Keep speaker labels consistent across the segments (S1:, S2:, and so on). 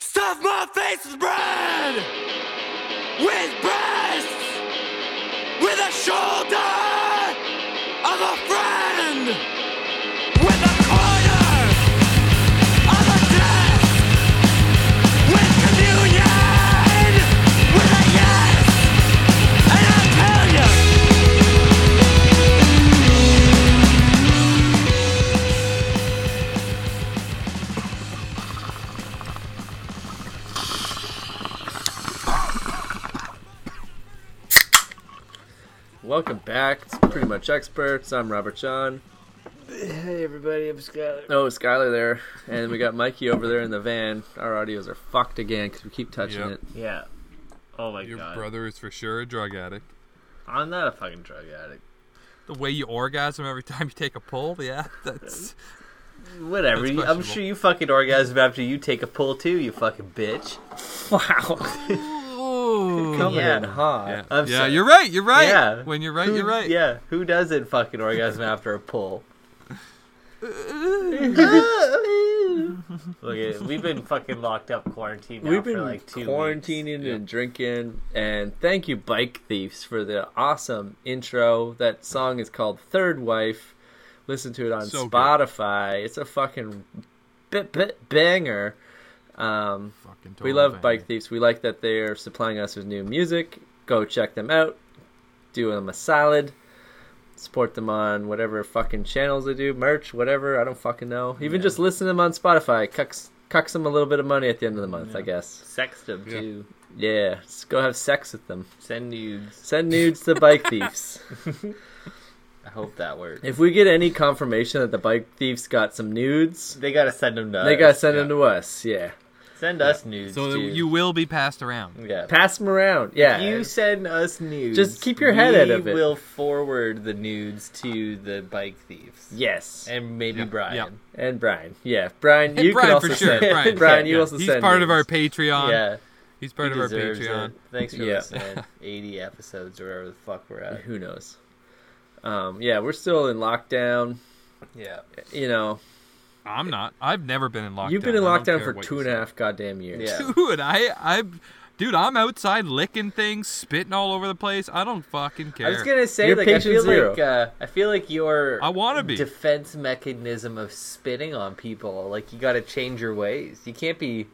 S1: Stuff my face with bread! With breasts! With a shoulder of a friend! With a corner of a desk! With communion! With a yes! And I'll tell you!
S2: Welcome back. It's pretty much experts. I'm Robert John.
S3: Hey everybody, I'm Skylar.
S2: Oh, Skylar there, and we got Mikey over there in the van. Our audios are fucked again because we keep touching
S4: Yep.
S2: it.
S3: Yeah. Oh my
S4: Your
S3: god.
S4: brother is for sure a drug addict.
S3: I'm not a fucking drug addict.
S4: The way you orgasm every time you take a pull, yeah, that's
S3: Whatever.
S4: That's
S3: you- I'm
S4: questionable.
S3: sure you fucking orgasm after you take a pull too, you fucking bitch.
S2: Wow, coming
S3: Yeah.
S2: in hot.
S4: yeah.
S3: I'm
S4: yeah
S3: sorry.
S4: you're right. You're right.
S3: Yeah.
S4: When you're right,
S3: Who-
S4: you're right.
S3: Yeah. Who doesn't fucking orgasm after a pull? Look at it. We've been fucking locked up quarantined now
S2: We've been
S3: for like two weeks.
S2: quarantining and drinking, and thank you, Bike Thieves, for the awesome intro. That song is called Third Wife. Listen to it on
S4: So good.
S2: Spotify. It's a fucking bit bit banger. Um,
S4: Fucking
S2: we
S4: total
S2: love
S4: banger.
S2: Bike Thieves. We like that they're supplying us with new music. Go check them out. Do them a solid. Support them on whatever fucking channels they do, merch, whatever. I don't fucking know. Even just listen to them on Spotify. Cucks, cucks them a little bit of money at the end of the month, I guess.
S3: Sext them
S4: Yeah.
S3: too.
S2: Yeah, just go have sex with them.
S3: Send nudes.
S2: Send nudes to Bike Thieves.
S3: I hope that works.
S2: If we get any confirmation that the Bike Thieves got some nudes,
S3: They gotta send them to
S2: they
S3: us.
S2: gotta send them
S4: yeah.
S2: to us. Yeah,
S3: send us nudes.
S4: So
S3: too.
S4: you will be passed around.
S3: yeah.
S2: pass them around. Yeah,
S3: You send us nudes.
S2: Just keep your head
S3: we
S2: out of it.
S3: will forward the nudes to the bike thieves.
S2: yes.
S3: And maybe Brian.
S4: yeah.
S2: And Brian, yeah, Brian,
S4: And
S2: you
S4: Brian
S2: can also
S4: for sure.
S2: send.
S4: Brian.
S2: you
S3: Yeah.
S2: also
S4: He's
S2: send.
S4: part of
S2: nudes.
S4: our Patreon.
S3: Yeah,
S4: He's part of
S3: he
S4: our
S3: deserves it.
S4: Patreon.
S3: Thanks for
S2: Yeah.
S3: listening. 80 episodes or whatever the fuck we're at.
S2: Who knows? Um, yeah, we're still in lockdown.
S3: Yeah.
S2: You know,
S4: I'm not. I've never been in lockdown.
S2: you've been in
S4: I
S2: lockdown
S4: don't care
S2: for
S4: what
S2: two
S4: you
S2: and a
S4: say.
S2: half goddamn years.
S3: Yeah.
S4: Dude, I, I, dude, I'm outside licking things, spitting all over the place. I don't fucking care.
S3: I was gonna say,
S2: You're
S3: like, I
S2: patient
S3: feel
S2: zero.
S3: like uh, I feel like your
S4: I wanna be.
S3: defense mechanism of spitting on people. Like, you gotta change your ways. You can't be.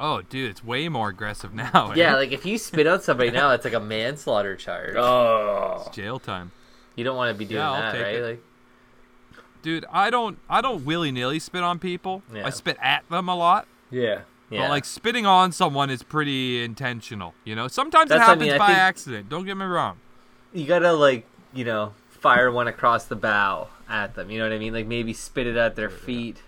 S4: Oh, dude, it's way more aggressive now. eh?
S3: Yeah, like if you spit on somebody now, it's like a manslaughter charge.
S2: Oh,
S4: It's jail time,
S3: You don't want to be doing
S4: Yeah, I'll
S3: that,
S4: take
S3: right?
S4: it.
S3: Like,
S4: dude. I don't, I don't willy nilly spit on people.
S3: Yeah.
S4: I spit at them a lot,
S2: yeah.
S3: yeah.
S4: but like spitting on someone is pretty intentional. You know, sometimes
S3: That's
S4: it
S3: what I
S4: happens
S3: mean, I
S4: by
S3: think-
S4: accident. Don't get me wrong.
S3: you gotta like you know fire one across the bow at them you know what i mean like maybe spit it at their feet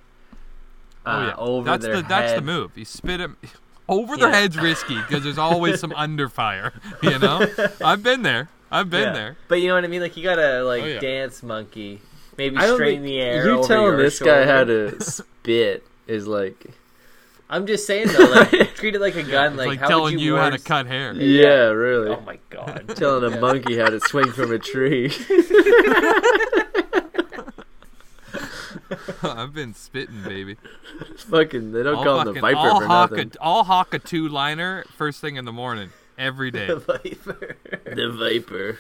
S3: uh,
S4: oh yeah,
S3: over
S4: that's
S3: their
S4: the that's the
S3: head.
S4: move. You spit them over their
S3: Yeah.
S4: heads, risky because there's always some under fire. You know, I've been there. I've been
S3: Yeah.
S4: there.
S3: but you know what i mean like you gotta like
S4: Oh, yeah.
S3: dance monkey maybe
S2: I don't
S3: strain
S2: think
S3: the air
S2: you
S3: over
S2: telling
S3: your
S2: this guy how
S3: shoulder.
S2: to spit is like,
S3: i'm just saying though like treat it like a gun
S4: It's
S3: like,
S4: like,
S3: how would
S4: telling
S3: you,
S4: you, how to
S3: worst-
S4: cut hair.
S2: yeah, really.
S3: oh my god
S2: Telling a monkey how to swing from a tree.
S4: I've been spitting, baby.
S2: fucking, they don't
S4: I'll
S2: call him the
S4: fucking-
S2: viper
S4: I'll
S2: for
S4: hawk
S2: nothing.
S4: A, I'll hawk a two liner first thing in the morning every day.
S3: The viper.
S2: The viper.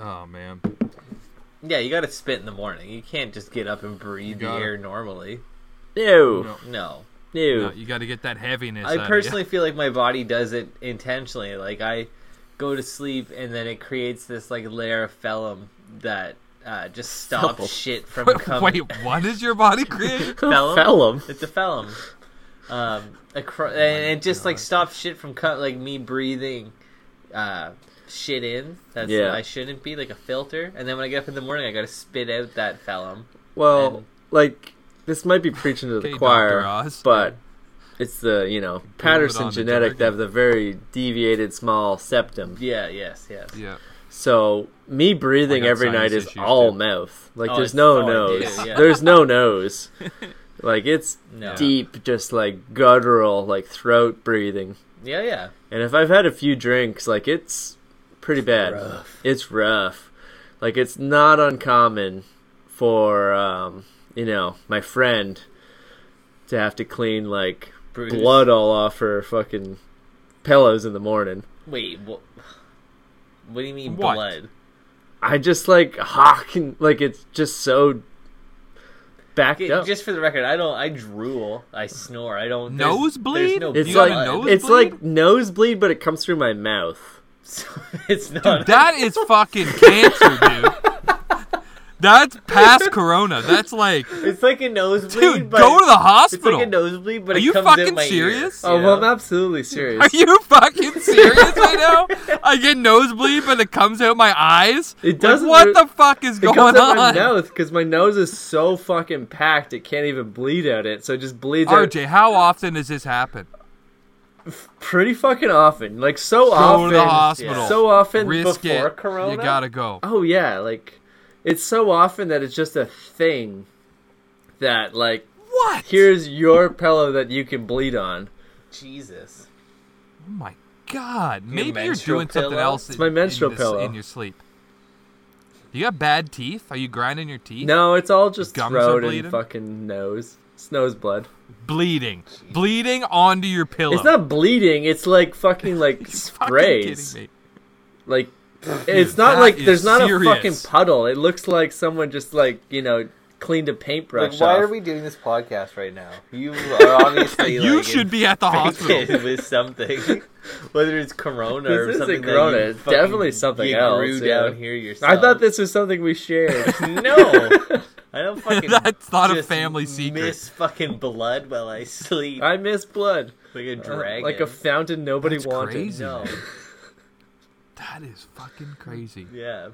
S4: oh man,
S3: yeah you gotta spit in the morning you can't just get up and breathe the
S4: gotta-
S3: air normally
S2: Ew.
S4: No.
S3: no
S2: Ew.
S4: No, you got to get that heaviness. out of
S3: I
S4: you.
S3: personally feel like my body does it intentionally. Like I go to sleep and then it creates this like layer of phellum that uh, just stops
S2: Phellum.
S3: shit from
S4: Wait,
S3: coming.
S4: wait, what is your body creating?
S3: Phellum?
S2: Phellum?
S3: It's a phellum. Um, acro- and it just like stops shit from co- like me breathing uh, shit in. That's
S2: Yeah.
S3: I shouldn't be like a filter. And then when I get up in the morning, I gotta spit out that phellum.
S2: Well,
S3: And-
S2: like this might be preaching to the
S4: Okay,
S2: choir,
S4: Dr. Oz.
S2: but it's the you know Patterson
S4: on the
S2: genetic to
S4: jargon.
S2: have the very deviated small septum.
S3: Yeah. Yes. Yes.
S4: yeah,
S2: So me breathing
S4: I got
S2: every night
S4: sinus
S2: is
S4: issues,
S2: all
S4: too.
S2: mouth. Like
S3: Oh,
S2: there's
S3: it's
S2: no
S3: all I do,
S2: nose.
S3: yeah.
S2: There's no nose. Like it's
S3: No.
S2: deep, just like guttural, like throat breathing.
S3: Yeah. Yeah.
S2: And if I've had a few drinks, like it's pretty bad. It's rough. Like it's not uncommon for um, you know my friend to have to clean like
S3: Bruise.
S2: blood all off her fucking pillows in the morning.
S3: Wait, what? What do you mean
S4: What?
S3: blood?
S2: I just like hawking like it's just so backed
S3: Okay,
S2: up.
S3: Just for the record, I don't. I drool. I snore. I don't. there's-
S4: Nosebleed?
S3: There's no
S2: it's
S4: you got
S2: like
S4: a
S3: blood.
S4: nose-
S2: it's
S4: nosebleed?
S2: like nosebleed, but it comes through my mouth.
S3: it's not.
S4: That is fucking cancer, dude. That's past corona. That's like,
S3: it's like a nosebleed.
S4: dude,
S3: but
S4: go to the
S3: It's
S4: hospital.
S3: like a nosebleed, but
S4: Are
S3: it
S4: you
S3: comes in
S4: fucking
S3: my ear,
S4: serious?
S3: you
S2: Oh well, I'm
S3: know?
S2: absolutely serious.
S4: Are you fucking serious right now? I get nosebleed, but it comes out my eyes.
S2: It
S4: Like,
S2: doesn't re-
S4: what the fuck is
S2: It
S4: going
S2: comes out my
S4: on?
S2: mouth because my nose is so fucking packed it can't even bleed out it, so it just bleeds out
S4: RJ, how often does this happen?
S2: pretty fucking often. Like so
S4: Go
S2: often,
S4: to the hospital.
S2: so often.
S4: Risk
S3: before
S4: it.
S3: corona?
S4: You gotta go.
S2: oh yeah, like it's so often that it's just a thing that like
S4: What?
S2: here's your pillow that you can bleed on.
S3: Jesus.
S4: Oh my god. Maybe you're
S3: menstrual
S4: doing something
S3: pillow?
S4: else.
S2: my menstrual
S4: in, this-
S2: pillow.
S4: in your sleep. You got bad teeth? Are you grinding your teeth?
S2: No, it's all just
S4: Gums are
S2: throat and
S4: bleeding?
S2: fucking nose. It's nose blood.
S4: Bleeding. Bleeding onto your pillow.
S2: It's not bleeding. It's like fucking like
S4: Fucking kidding
S2: sprays.
S4: me.
S2: Like it's not
S4: that
S2: like
S4: is
S2: there's not a
S4: serious.
S2: fucking puddle. It looks like someone just like you know cleaned a paintbrush
S3: Like, why
S2: off.
S3: are we doing this podcast right now? You are obviously.
S4: You
S3: like,
S4: should be at the hospital.
S3: infected with something, whether it's corona
S2: This
S3: or
S2: isn't
S3: something.
S2: corona,
S3: That you
S2: it's
S3: fucking-
S2: definitely something
S3: you
S2: else,
S3: Grew
S2: yeah.
S3: down here yourself.
S2: I thought this was something we shared.
S3: No, I don't fucking.
S4: That's not a
S3: just
S4: family secret.
S3: Miss fucking blood while I sleep
S2: I miss blood,
S3: like a
S2: Uh,
S3: dragon.
S2: like a fountain nobody
S4: That's
S2: wanted.
S4: crazy.
S3: no.
S4: That is fucking crazy.
S3: Yeah.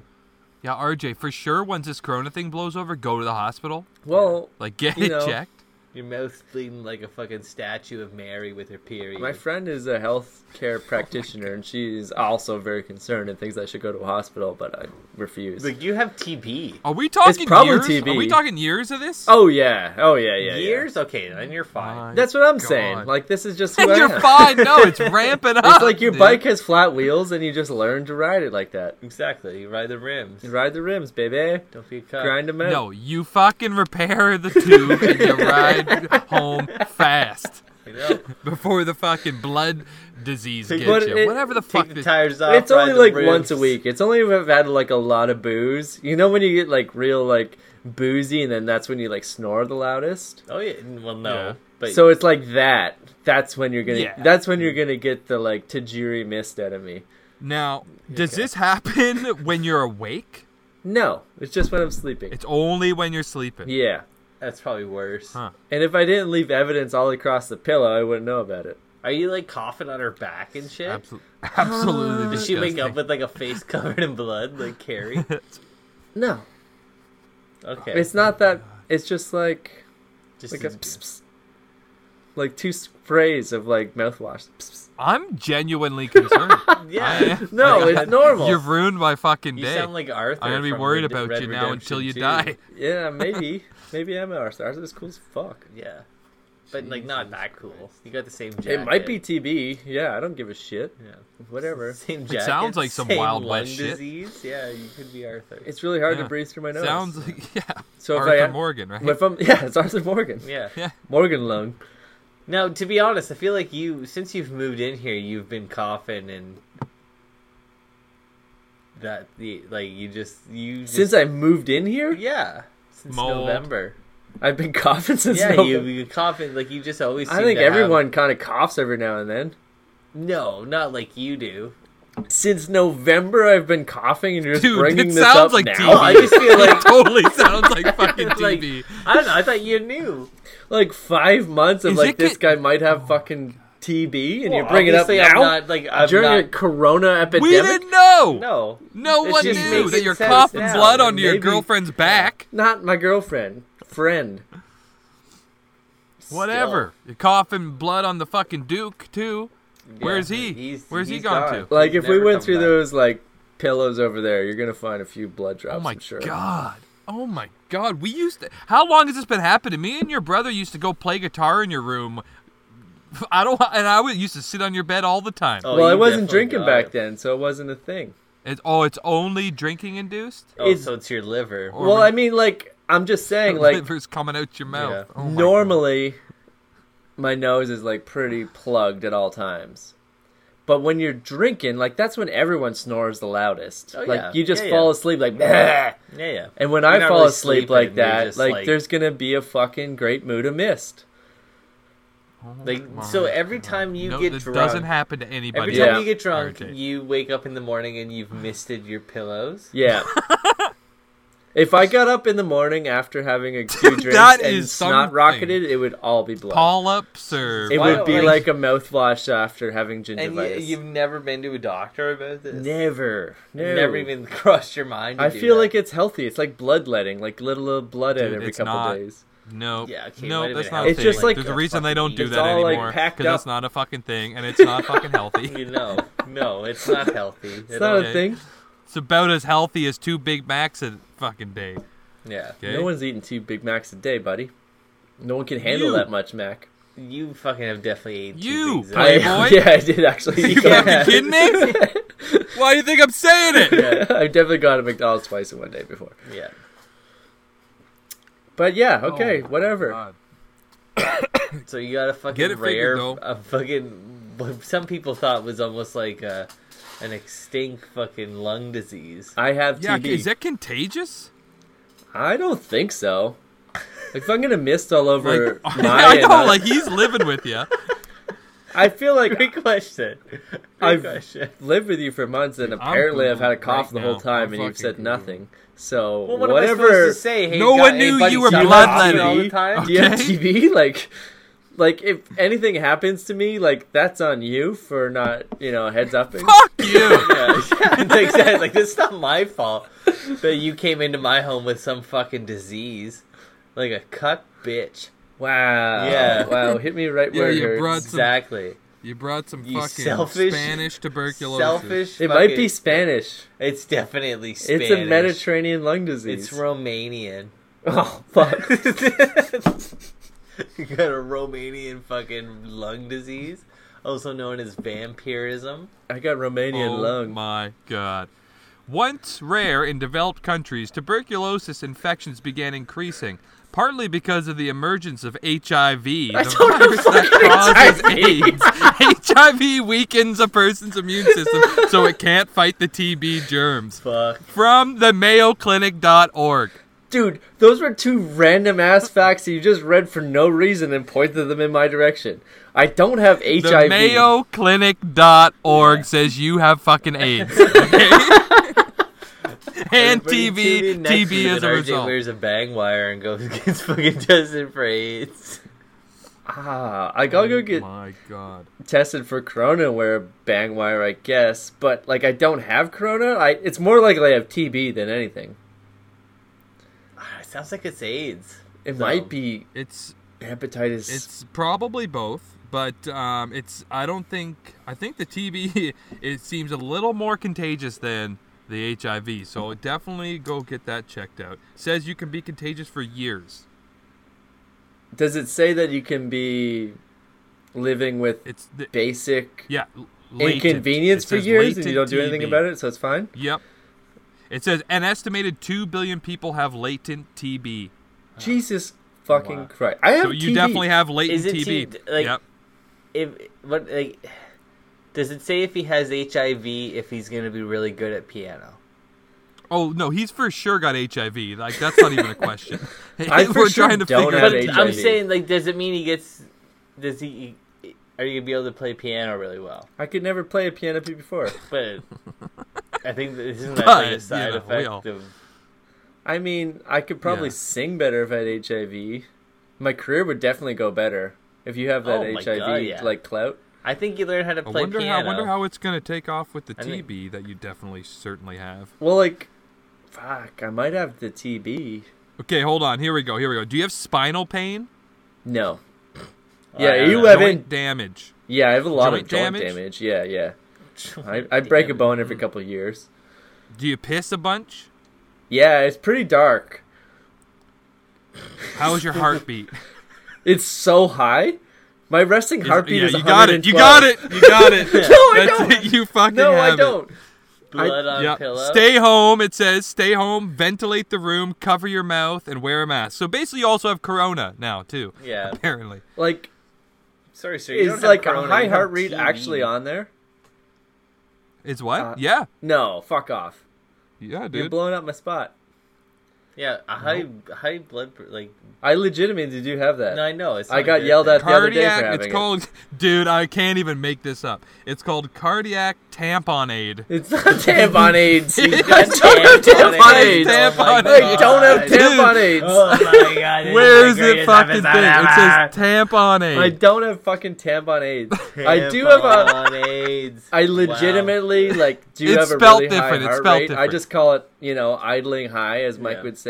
S4: Yeah, RJ, for sure, once this corona thing blows over, go to the hospital.
S2: Well,
S4: Like, get
S2: You
S4: it
S2: know.
S4: checked.
S3: Your mouth's bleeding like a fucking statue of Mary with her period.
S2: my friend is a healthcare practitioner, and she's also very concerned and thinks I should go to a hospital, but I refuse.
S3: like you have TB.
S4: Are we talking
S2: probably
S4: years?
S2: TB.
S4: Are we talking years of this?
S2: oh yeah, oh yeah, yeah. yeah.
S3: Years? Okay, then you're fine.
S4: My
S2: That's what I'm
S4: God.
S2: saying. Like this is just who
S4: and
S2: I
S4: you're
S2: am.
S4: fine. No, it's ramping up.
S2: It's like your
S4: dude.
S2: bike has flat wheels, and you just learn to ride it like that.
S3: exactly. You ride the rims.
S2: You ride the rims, baby.
S3: Don't be a cuck.
S2: Grind them out.
S4: No, you fucking repair the tube and you ride home fast
S3: You know?
S4: before the fucking blood disease gets
S2: But
S4: you.
S2: it-
S4: Whatever the fuck.
S3: Take the
S4: This,
S3: tires off.
S2: It's only
S3: ride the
S2: like
S3: rims.
S2: once a week. It's only if I've had like a lot of booze. You know when you get like real like boozy, and then that's when you like snore the loudest.
S3: Oh yeah. Well, no.
S4: Yeah.
S3: But
S2: So it's like that. That's when you're gonna.
S4: Yeah.
S2: That's when you're gonna get the like Tajiri mist out of me.
S4: now, does this happen when you're awake?
S2: No, it's just when I'm sleeping.
S4: It's only when you're sleeping.
S2: yeah,
S3: that's probably worse.
S4: Huh.
S2: and if I didn't leave evidence all across the pillow, I wouldn't know about it.
S3: Are you like coughing on her back and shit?
S4: Absolutely. Absolutely.
S3: Did she wake up
S4: disgusting.
S3: with like a face covered in blood, like Carrie?
S2: No,
S3: Okay,
S2: it's not that. It's just like
S3: just
S2: like a pss, pss. like two sprays of like mouthwash. Pss, pss.
S4: I'm genuinely concerned.
S3: yeah.
S4: I-
S2: No,
S4: like,
S2: it's normal.
S4: You've ruined my fucking
S3: You
S4: day.
S3: sound like Arthur.
S4: I'm gonna be
S3: from
S4: worried
S3: Red-
S4: about
S3: Red
S4: you now until
S3: Redemption
S4: you
S3: 2.
S4: die.
S2: Yeah, maybe. maybe I'm Arthur. Arthur's cool as fuck.
S3: Yeah, but like not that cool. You got the same jacket.
S2: It might be TB. Yeah, I don't give a shit.
S3: Yeah.
S2: Whatever.
S3: Same jacket.
S4: sounds like some
S3: same
S4: Wild
S3: lung
S4: West shit.
S3: disease. Yeah, you could be Arthur.
S2: It's really hard
S4: Yeah.
S2: to breathe through my nose.
S4: Sounds like yeah.
S2: so if
S4: Arthur
S2: I,
S4: Morgan, right?
S2: If I'm, yeah, it's Arthur Morgan.
S3: yeah.
S4: Yeah.
S2: Morgan lung.
S3: Now, to be honest, I feel like you since you've moved in here, you've been coughing and that the like you just you just,
S2: Since I moved in here,
S3: yeah since
S4: Mold.
S3: November.
S2: I've been coughing since
S3: Yeah, you,
S2: November.
S3: you coughing like you just always.
S2: I
S3: seem
S2: think
S3: to have-
S2: everyone kind of coughs every now and then.
S3: no, not like you do.
S2: Since November, I've been coughing, and you're just
S4: Dude,
S2: bringing
S4: it
S2: this
S4: sounds
S2: up
S4: like
S2: now.
S4: TV.
S3: I just feel like
S4: totally sounds like fucking
S3: Like,
S4: TV.
S3: I don't know. I thought you knew.
S2: like five months of
S4: Is
S2: like
S4: it
S2: this
S4: get-
S2: guy might have fucking TB, and you bring it up
S3: Obviously,
S2: now
S3: I'm not like I'm
S2: during
S3: not.
S2: a corona epidemic.
S4: we didn't know. No,
S3: no, It
S4: one
S3: just
S4: knew
S3: makes
S4: that you're
S3: sense
S4: coughing
S3: now,
S4: blood
S3: and
S4: onto your
S2: maybe-
S4: girlfriend's back.
S2: Not my girlfriend, friend.
S4: Whatever. You're coughing blood on the fucking Duke too. Where's he?
S3: he's-
S4: Where's he
S3: he's
S4: gone,
S3: gone.
S4: to?
S2: Like
S3: He's
S2: if we
S3: never
S2: went
S3: come
S2: through
S3: back.
S2: those like pillows over there, you're gonna find a few blood drops.
S4: Oh my
S2: I'm sure.
S4: god. Oh my god. We used to. How long has this been happening? Me and your brother used to go play guitar in your room. I don't. And I would- used to sit on your bed all the time.
S3: Oh,
S2: well, I
S3: you
S2: wasn't
S3: definitely
S2: drinking
S3: got
S2: back
S3: it.
S2: then, so it wasn't a thing.
S4: It's, oh, it's only drinking induced.
S3: Oh,
S2: It's-
S3: so it's your liver.
S4: Or
S2: well,
S4: when-
S2: I mean, like I'm just saying, like
S3: oh
S4: liver's coming out your mouth.
S3: Yeah.
S4: Oh my God.
S2: normally my nose is like pretty plugged at all times. But when you're drinking, like that's when everyone snores the loudest.
S3: Oh, yeah.
S2: Like you just
S3: Yeah,
S2: fall
S3: yeah.
S2: asleep like "Bleh."
S3: Yeah, yeah.
S2: And when
S3: You're
S2: I
S3: not
S2: fall
S3: really
S2: asleep
S3: sleeping,
S2: like
S3: you're
S2: that,
S3: just,
S2: like,
S3: like-
S2: there's gonna be a fucking great mood of mist.
S3: Like so, every time you
S4: no,
S3: get
S4: this
S3: drunk,
S4: doesn't happen to anybody.
S3: every
S2: Yeah.
S3: time you get drunk,
S4: Irritate.
S3: you wake up in the morning and you've misted your pillows.
S2: Yeah. if I got up in the morning after having a few drinks
S4: That
S2: and
S4: is
S2: snot
S4: something.
S2: rocketed, it would all be blood.
S4: Call ups or
S2: it
S3: Why-
S2: would be like,
S3: like-
S2: a mouthwash after having
S3: And you,
S2: gingivitis.
S3: you've never been to a doctor about this.
S2: never,
S3: It
S2: no.
S3: Never even crossed your mind. to
S2: I
S3: do
S2: feel
S3: that.
S2: like it's healthy. It's like bloodletting, like little little blood out
S4: Dude,
S2: every
S4: it's
S2: couple
S4: not.
S2: days.
S4: no,
S3: Yeah, okay, it might
S4: no,
S3: have
S4: that's
S3: been
S4: not. A
S2: It's
S4: thing.
S2: just like-
S4: there's a reason they don't do
S2: it's
S4: that
S2: all, like,
S4: anymore
S2: packed
S4: that's
S2: up.
S4: not a fucking thing, and it's not fucking healthy.
S3: you know, no, it's not healthy.
S2: It's not
S4: Okay.
S2: a thing.
S4: It's about as healthy as two Big Macs a fucking day.
S3: yeah,
S4: Okay?
S2: No one's eating two Big Macs a day, buddy. No one can handle
S4: You.
S2: that much Mac.
S3: you fucking have definitely eaten two
S4: You
S3: things.
S2: I,
S4: play- Playboy?
S2: yeah, I did actually. eat
S4: You
S2: that.
S4: fucking kidding me? Why do you think I'm saying it?
S2: I've definitely gone to McDonald's twice in one day before.
S3: yeah,
S2: But yeah,
S4: Oh
S2: okay, whatever.
S3: so you got a fucking
S4: Get it
S3: rare,
S4: figured, though.
S3: a fucking what some people thought was almost like a, an extinct fucking lung disease.
S2: I have
S4: Yeah,
S2: TB.
S4: is that contagious?
S2: I don't think so. Like, if I'm gonna mist all over
S4: Like,
S2: my,
S4: I know,
S2: and I-
S4: like he's living with you.
S2: I feel like
S3: Great question. Great
S2: I've-
S3: question.
S2: lived with you for months, and apparently I've had a
S4: Googling
S2: cough
S4: right
S2: the whole
S4: now.
S2: time,
S4: I'm
S2: and you've
S4: fucking
S2: said
S4: Googling.
S2: nothing. So
S3: Well, what am I
S2: whatever.
S3: supposed to say? Hey,
S4: No
S3: God,
S4: one knew
S3: anybody
S4: you were
S3: suck
S4: bloodletting.
S3: all the time?
S4: Okay.
S2: Do you have TB? Like, like if anything happens to me, like that's on you for not, you know, heads up.
S4: Fuck you.
S3: Yeah, yeah, exactly. Like it's not my fault that you came into my home with some fucking disease, like a cut bitch.
S2: Wow.
S3: Yeah.
S2: Wow. Hit me right
S4: Yeah,
S2: where
S4: you
S2: it hurts.
S4: brought- That's some-
S3: Exactly.
S4: You brought some
S3: You
S4: fucking
S3: selfish-
S4: Spanish tuberculosis.
S3: Selfish.
S2: It might be
S3: fucking-
S2: Spanish.
S3: It's definitely Spanish.
S2: It's a Mediterranean lung disease.
S3: It's Romanian.
S2: Oh fuck.
S3: you got a Romanian fucking lung disease, also known as vampirism.
S2: I got Romanian
S4: oh
S2: lung.
S4: my god. Once rare in developed countries, tuberculosis infections began increasing, partly because of the emergence of HIV, the virus that causes AIDS. HIV weakens a person's immune system so it can't fight the TB germs.
S3: Fuck.
S4: From the Mayo Clinic.org.
S2: Dude, those were two random ass facts that you just read for no reason and pointed them in my direction. I don't have
S4: The
S2: HIV.
S4: Mayo Clinic.org says you have fucking AIDS. okay? and
S3: Everybody tune
S4: TB,
S3: in next
S4: TB
S3: week
S4: as
S3: when
S4: a
S3: RJ
S4: result.
S3: wears a bang wire and goes gets fucking tested for AIDS.
S2: Ah, I gotta go get
S4: Oh my god.
S2: tested for corona and wear a bang wire, I guess. But like, I don't have corona. I it's more likely I have TB than anything.
S3: Ah, It sounds like it's AIDS.
S2: It
S3: So-
S2: might be
S4: It's
S2: hepatitis.
S4: it's probably both, but um, it's I don't think I think the TB it seems a little more contagious than the HIV. So definitely go get that checked out. Says you can be contagious for years.
S2: Does it say that you can be living with
S4: It's the,
S2: basic
S4: yeah l- latent.
S2: inconvenience
S4: It
S2: for
S4: says
S2: years and you
S4: latent
S2: don't do anything
S4: TB.
S2: about it, so it's fine?
S4: Yep. It says an estimated two billion people have latent TB.
S2: Jesus fucking
S3: Wow.
S2: Christ! I have
S4: So you
S2: TB.
S4: definitely have
S3: Is
S4: latent
S3: it
S4: TB.
S3: T- like-
S4: yep.
S3: If what like, does it say if he has HIV if he's gonna be really good at piano?
S4: Oh no, he's for sure got HIV. Like that's not even a question.
S2: I for
S4: We're
S2: sure
S4: trying to
S2: don't
S4: figure
S2: have
S4: out.
S3: But
S2: HIV.
S3: I'm saying like, does it mean he gets? Does he? Are you gonna be able to play piano really well?
S2: I could never play a piano before.
S3: But I think that isn't that like
S4: But,
S3: a
S4: you
S3: side
S4: know, we all-
S3: effect of
S2: I mean, I could probably
S4: Yeah.
S2: sing better if I had HIV. My career would definitely go better if you have that
S3: Oh my
S2: HIV
S3: God, yeah.
S2: like clout.
S3: I think you learn how to
S4: I
S3: play
S4: wonder
S3: piano.
S4: how wonder how it's gonna take off with the
S3: I think-
S4: TB that you definitely certainly have.
S2: Well, like, fuck, I might have the TB.
S4: Okay, hold on. Here we go. Here we go. Do you have spinal pain?
S2: No.
S3: Oh,
S2: Yeah,
S3: yeah,
S2: you
S3: no.
S2: have
S4: Joint
S2: in-
S4: damage.
S2: Yeah, I have a lot of
S4: Joint
S2: joint damage.
S4: damage? Hmm.
S2: Yeah, yeah. I, I break a
S3: Damn.
S2: bone every couple of years.
S4: Do you piss a bunch?
S2: Yeah, it's pretty dark.
S4: How is your heartbeat?
S2: It's so high. My resting heartbeat
S4: yeah,
S2: is
S4: you got it. You got
S2: 112.
S4: it. You got it.
S2: No, I
S4: That's
S2: don't.
S4: it. You fucking
S2: No,
S4: have
S2: I
S4: it.
S2: don't.
S3: Blood on
S4: Yeah.
S3: Uh, pillow.
S4: Stay home. It says stay home, ventilate the room, cover your mouth, and wear a mask. So basically, you also have corona now too.
S3: Yeah.
S4: Apparently.
S2: Like,
S5: Sorry, sir. You
S2: Is
S5: don't
S2: like
S5: have
S2: a
S5: corona,
S2: high
S5: you
S2: heart
S5: have
S2: rate
S5: TB.
S2: actually on there?
S4: It's what?
S2: Uh,
S4: yeah.
S2: No, fuck off.
S4: Yeah,
S2: You're
S4: dude.
S2: blowing up my spot.
S3: Yeah, a high high blood pr- like.
S2: I legitimately do have that.
S3: No, I know. It's
S2: I
S3: not
S2: got
S3: good.
S2: yelled at the other day for
S4: Cardiac.
S2: having
S4: It's
S2: it.
S4: called, dude. I can't even make this up. It's called cardiac tampon aid.
S2: It's not tampon aids. I
S4: It's
S2: don't have tampon aids.
S4: Tampon
S2: I
S4: aid.
S2: don't have
S4: Dude.
S2: tampon aids.
S3: Oh my god! this
S4: Where
S3: is
S4: is
S3: the
S4: it
S3: greatest
S4: fucking thing?
S3: episode
S4: It says
S3: ever.
S4: tampon
S2: I
S4: aid.
S2: don't have fucking tampon aids. I do have a.
S3: Tampon AIDS.
S2: I legitimately like do
S4: It's
S2: have a
S4: spelled
S2: really
S4: different,
S2: high
S4: it's
S2: heart
S4: spelled
S2: rate. I
S4: different.
S2: just call it, you know, idling high, as Mike
S3: Yeah.
S2: would say.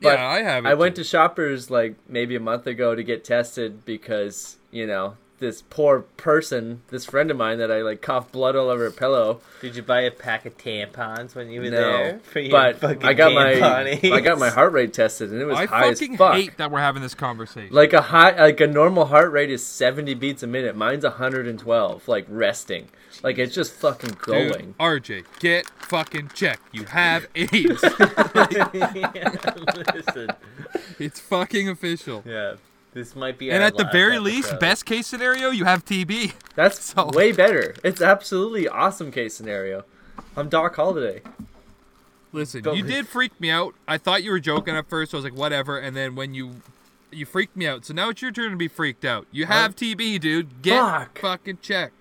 S2: But
S4: yeah, I have it.
S2: I went
S4: too.
S2: to Shoppers like maybe a month ago to get tested because you know this poor person, this friend of mine that I like coughed blood all over a pillow.
S3: Did you buy a pack of tampons when you were
S2: No,
S3: there? For your
S2: but
S3: fucking
S2: I got my
S3: tampon AIDS?
S2: I got my heart rate tested and it was
S4: I
S2: high as
S4: fucking
S2: fuck.
S4: hate that we're having this conversation.
S2: Like a high, like a normal heart rate is seventy beats a minute. Mine's hundred and twelve, like resting. Like it's just fucking
S4: Dude,
S2: going.
S4: RJ, get fucking checked. You have AIDS.
S3: Yeah, listen.
S4: it's fucking official.
S3: Yeah. This might be
S4: And
S3: our
S4: at the
S3: last
S4: very
S3: episode.
S4: least, best case scenario, you have TB.
S2: That's
S4: So-
S2: way better. It's absolutely awesome case scenario. I'm Doc Holliday.
S4: Listen,
S2: Don't-
S4: you did freak me out. I thought you were joking at first. So I was like, whatever. And then when you you freaked me out, so now it's your turn to be freaked out. You have TB, dude. Get
S2: Fuck.
S4: fucking checked.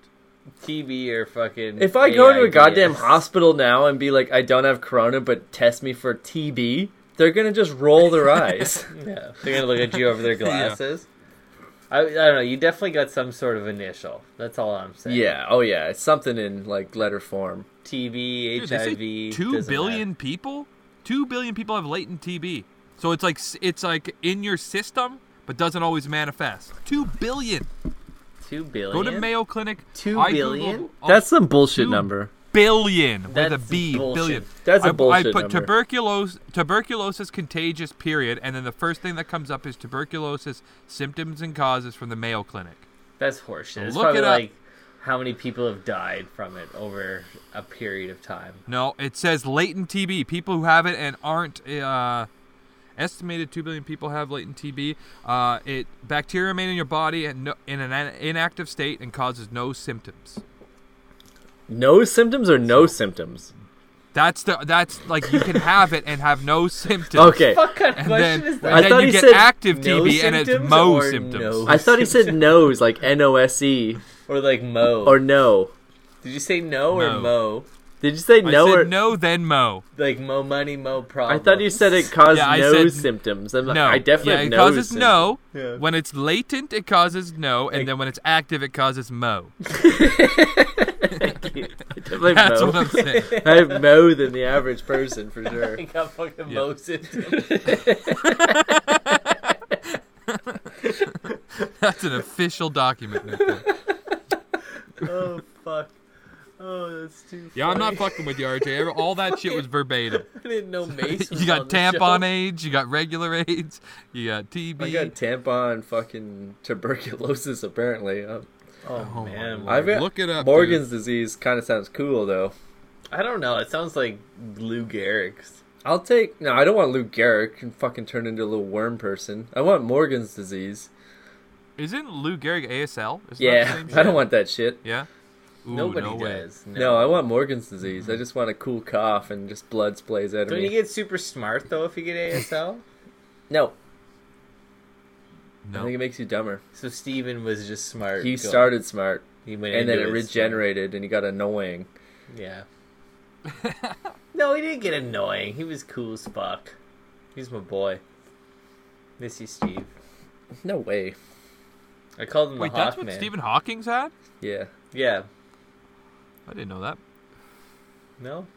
S3: TB or fucking.
S2: If I go to a
S3: AIDS.
S2: goddamn hospital now and be like, I don't have corona, but test me for TB, they're gonna just roll their eyes.
S3: Yeah, they're gonna look at you over their glasses. I, I don't know. You definitely got some sort of initial. That's all I'm saying.
S2: yeah, oh yeah, it's something in like letter form.
S3: TB,
S4: Dude, they say
S3: HIV.
S4: two
S3: doesn't
S4: billion people. Two billion people have latent TB. So it's like s- it's like in your system, but doesn't always manifest. Two billion.
S3: matter. Two billion.
S4: Go to Mayo Clinic.
S3: Two
S4: I
S3: billion?
S4: Googled- oh,
S2: That's some bullshit
S4: Two-
S2: number.
S4: billion with a
S3: That's
S4: B.
S3: bullshit.
S4: Billion.
S2: That's a
S4: I-
S2: bullshit
S4: I put
S2: number.
S4: tuberculosis tuberculosis contagious period, and then the first thing that comes up is tuberculosis symptoms and causes from the Mayo Clinic.
S3: That's horseshit. It's
S4: Look
S3: probably
S4: it up.
S3: like how many people have died from it over a period of time.
S4: No, it says latent TB. People who have it and aren't uh, estimated two billion people have latent TB. Uh, it bacteria remain in your body and no, in an an inactive state and causes no symptoms.
S2: No symptoms or no symptoms?
S4: That's the that's like you can have it and have no symptoms.
S2: Okay.
S3: What kind of
S4: And
S3: question
S4: then,
S3: is
S4: and
S3: that?
S2: I
S4: then
S2: thought
S4: you
S2: he
S4: get
S2: said
S4: active
S3: no
S4: TB and it's
S3: symptoms
S4: mo
S3: or
S4: symptoms.
S3: no?
S2: I thought he said nose, like N O S E,
S3: Or like Mo.
S2: or no.
S3: Did you say no or
S4: No.
S3: Mo?
S2: Did you say
S4: I
S2: no
S4: said
S2: or
S4: no, then mo.
S3: Like Mo money, Mo problem.
S2: I thought you said it caused
S4: Yeah, I
S2: no
S4: said-
S2: symptoms. I'm like,
S4: No,
S2: I definitely
S4: yeah,
S2: have
S4: it
S2: no
S4: causes
S2: symptoms.
S4: no.
S3: Yeah.
S4: When it's latent, it causes no, and then when it's active, it causes mo.
S2: Definitely
S4: That's
S2: mo.
S4: what I'm saying.
S2: I have mo than the average person for sure.
S3: I got fucking Mo symptoms.
S4: That's an official document. right there.
S3: Oh fuck. Oh, that's too.
S4: Yeah, I'm not
S3: funny.
S4: fucking with you, RJ. Every- All that shit was verbatim.
S3: I didn't know Mace. Was
S4: You
S3: on
S4: got
S3: the
S4: tampon
S3: show.
S4: AIDS, you got regular AIDS, you got
S2: I got
S4: TB.
S2: tampon fucking tuberculosis apparently. Um,
S3: Oh,
S4: Oh,
S3: man,
S4: my
S2: I've got
S4: Look it up.
S2: Morgan's disease kind of sounds cool though.
S3: I don't know. It sounds like Lou Gehrig's.
S2: I'll take no. I don't want Lou Gehrig and fucking turn into a little worm person. I want Morgan's disease.
S4: dude. Isn't Lou Gehrig ASL? Isn't that the
S2: Yeah,
S4: same
S2: I
S4: shit?
S2: don't want that shit.
S4: Yeah. Ooh,
S3: Nobody
S4: no Mm-hmm. way.
S3: does. No.
S2: No, I want Morgan's disease. I just want a cool cough and just blood splays out of
S3: Don't
S2: me.
S3: you get super smart though if you get ASL?
S2: no, I
S4: No.
S2: think it makes you dumber.
S3: so Steven was just smart.
S2: He
S3: going-
S2: started smart
S3: He went
S2: and then
S3: into
S2: it regenerated and he got annoying.
S3: Yeah. no, he didn't get annoying. He was cool as fuck. He's my boy. Missy Steve.
S2: No way.
S3: I called him
S4: Wait,
S3: the
S4: that's
S3: Hawk
S4: what
S3: Man.
S4: Stephen Hawking's had?
S2: Yeah.
S3: Yeah.
S4: I didn't know that.
S3: No.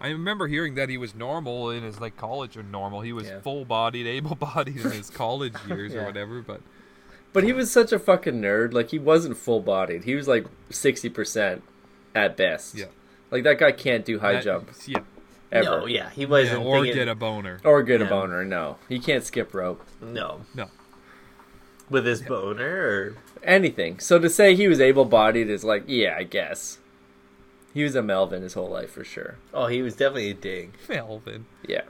S4: I remember hearing that he was normal in his like college or normal. He was
S3: Yeah.
S4: full bodied, able bodied in his college years
S3: Yeah.
S4: or whatever, but
S2: But he was such a fucking nerd. Like he wasn't full bodied. He was like sixty percent at best.
S4: Yeah.
S2: Like that guy can't do high
S4: that-
S2: jump
S4: Yeah.
S2: ever.
S3: No. Yeah. He wasn't.
S4: yeah, or
S3: thinking-
S4: get a boner.
S2: Or get
S3: Yeah.
S2: a boner. No, he can't skip rope.
S3: No.
S4: No.
S3: With his boner, or
S2: Anything. So to say he was able bodied is like, yeah, I guess. He was a Melvin his whole life for sure.
S3: oh, he was definitely a dig,
S4: Melvin.
S2: Yeah.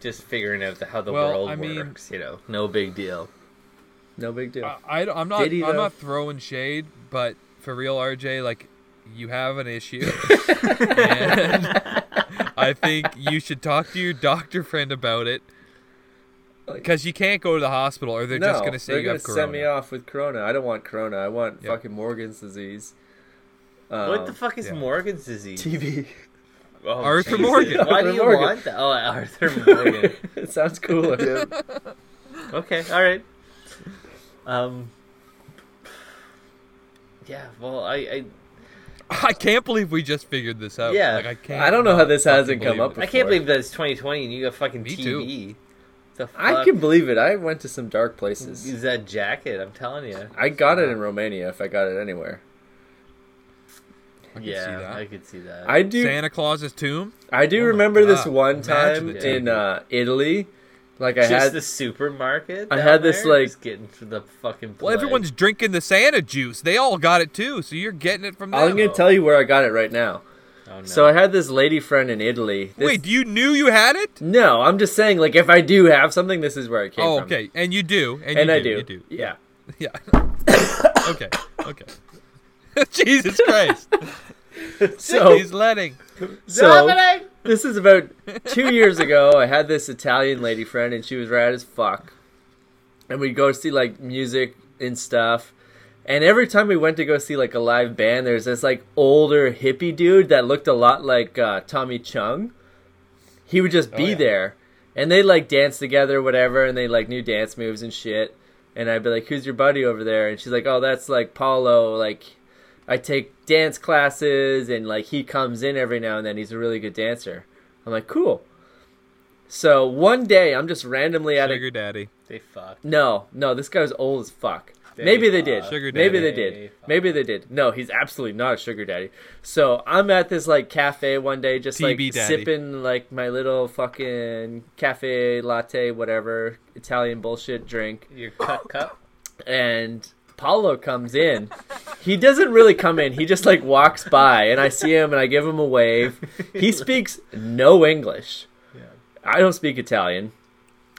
S3: just figuring out the, how the
S4: Well,
S3: world
S4: I mean-
S3: works. You know, no big deal.
S2: No big deal.
S4: I, I, am not.
S2: Oh. Did he,
S4: I'm
S2: though?
S4: not throwing shade, but for real, RJ, like you have an issue, and I think you should talk to your doctor friend about it. Because you can't go to the hospital, or they're
S2: no,
S4: just going to say
S2: they're
S4: you
S2: gonna
S4: have corona.
S2: send me off with corona. I don't want corona. I want
S4: Yeah.
S2: fucking Morgan's disease. Um,
S3: What the fuck is
S4: yeah.
S3: Morgan's disease?
S2: TV?
S3: Oh,
S4: Arthur
S3: Jesus.
S4: Morgan.
S3: Why do
S2: Arthur
S3: you
S2: Morgan.
S3: want that? Oh, Arthur Morgan.
S2: it sounds cooler.
S3: okay, all right. Um. Yeah. Well, I. I
S4: I can't believe we just figured this out.
S3: Yeah.
S4: like, I can't.
S2: I don't know how this hasn't come
S4: believe
S2: up.
S4: it.
S2: Before.
S3: I can't believe that it's 2020 and you got fucking
S4: Me too.
S3: TV. The fuck
S2: I can believe it. I went to some dark places.
S3: is that jacket? I'm telling you.
S2: I got it in Romania. If I got it anywhere,
S4: I can see
S3: yeah,
S4: that.
S3: I could see that.
S2: I do.
S4: Santa Claus's tomb.
S2: I do
S4: Oh my
S2: remember this
S4: God.
S2: one
S4: Imagine
S2: time
S4: it.
S2: in uh, Italy. Like I
S3: just
S2: had
S3: the supermarket.
S2: I
S3: down
S2: had this,
S3: there,
S2: like-
S3: just getting to the fucking.
S4: Well,
S3: play.
S4: everyone's drinking the Santa juice. They all got it too, so you're getting it from them.
S2: I'm gonna tell you where I got it right now.
S3: Oh, no.
S2: So I had this lady friend in Italy. This,
S4: Wait, you knew you had it?
S2: no, I'm just saying. Like, if I do have something, this is where it came
S4: Oh,
S2: from.
S4: okay, and you do, and,
S2: and
S4: you
S2: I
S4: do,
S2: do.
S4: you do.
S2: Yeah,
S4: Yeah. okay. Okay. Jesus Christ.
S2: So-
S4: He's letting.
S2: so this is about two years ago. I had this Italian lady friend, and she was rad as fuck. And we'd go see like music and stuff. And every time we went to go see like a live band, there's this like older hippie dude that looked a lot like uh, Tommy Chung. He would just be
S4: yeah.
S2: there, and they like dance together, whatever, and they like new dance moves and shit. And I'd be like, "Who's your buddy over there?" And she's like, "Oh, that's like Paulo. Like I take dance classes and like he comes in every now and then. He's a really good dancer. I'm like, cool. So one day I'm just randomly at
S4: Sugar
S2: a
S4: daddy.
S3: they fucked.
S2: no, no, this guy was old as fuck.
S3: They
S2: Maybe they did.
S3: fuck.
S4: Sugar
S2: Maybe
S4: daddy.
S2: they did.
S3: They fuck.
S2: Maybe they did. No, he's absolutely not a sugar daddy. So I'm at this like cafe one day, just like
S4: TB daddy.
S2: sipping like my little fucking cafe latte, whatever Italian bullshit drink
S3: Your cut cup.
S2: and Paulo comes in. He doesn't really come in. He just like walks by, and I see him, and I give him a wave. He speaks no English. I don't speak Italian,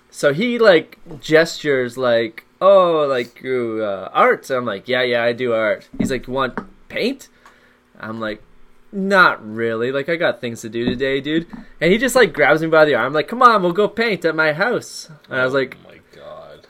S2: so he like gestures like, "Oh, like you uh, art." I'm like, "Yeah, yeah, I do art." He's like, "You want paint?" I'm like, "Not really. Like, I got things to do today, dude." And he just like grabs me by the arm, like, "Come on, we'll go paint at my house." And I was like,
S3: Oh my god.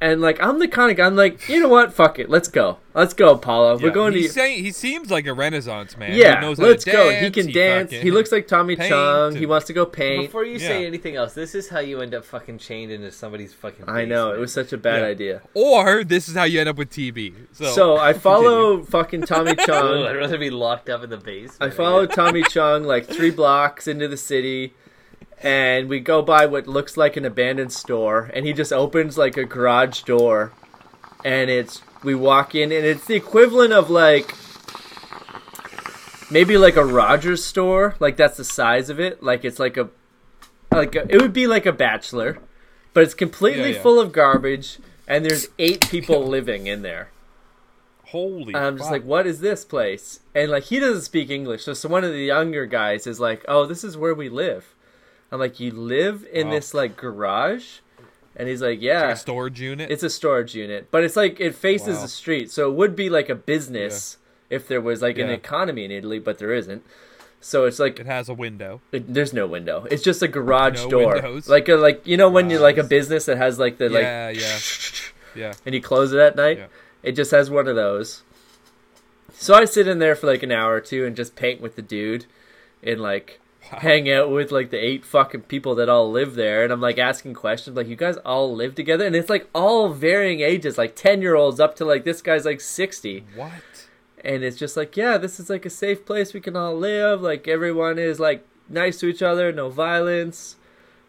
S2: and like I'm the kind of guy. I'm like, you know what? Fuck it. Let's go. Let's go, Paulo. We're going to.
S4: He's saying, he seems like a renaissance man.
S2: yeah,
S4: He knows how to
S2: let's go. He
S4: dance,
S2: can dance.
S4: fucking-
S2: He looks like Tommy
S4: paint
S2: Chung. He
S4: and-
S2: wants to go paint.
S3: Before you say
S4: Yeah.
S3: anything else, this is how you end up fucking chained into somebody's fucking.
S2: I know it
S3: basement.
S2: was such a bad
S4: Yeah.
S2: idea.
S4: Or this is how you end up with TB. So,
S2: So I follow fucking Tommy
S3: Ooh, I'd
S2: Chung.
S3: rather be locked up in the basement.
S2: I follow Tommy Chung like three blocks into the city, and we go by what looks like an abandoned store, and he just opens like a garage door, and it's we walk in, and it's the equivalent of like maybe like a Rogers store, like that's the size of it. Like it's like a like a, it would be like a bachelor, but it's completely
S4: Yeah, yeah.
S2: full of garbage, and there's eight people living in there.
S4: holy.
S2: And I'm just
S4: fuck.
S2: like, what is this place? And like, he doesn't speak English. So, so one of the younger guys is like, oh, this is where we live. I'm like, you live in
S4: Wow.
S2: this like garage? And he's like, yeah,
S4: a storage unit.
S2: it's a storage unit, but it's like it faces
S4: Wow.
S2: the street, so it would be like a business if there was like an
S4: Yeah.
S2: economy in Italy, but there isn't. So it's like
S4: it has a window.
S2: it- there's no window. It's just a garage
S4: No
S2: door,
S4: windows.
S2: like a like you know when you
S4: Wow.
S2: like a business that has like the like
S4: yeah, yeah, yeah.
S2: and you close it at night.
S4: Yeah.
S2: It just has one of those. So I sit in there for like an hour or two and just paint with the dude and like hang out with like the eight fucking people that all live there and I'm like asking questions like you guys all live together and it's like all varying ages like 10 year olds up to like this guy's like 60
S4: What?
S2: and it's just like yeah this is like a safe place we can all live like everyone is like nice to each other no violence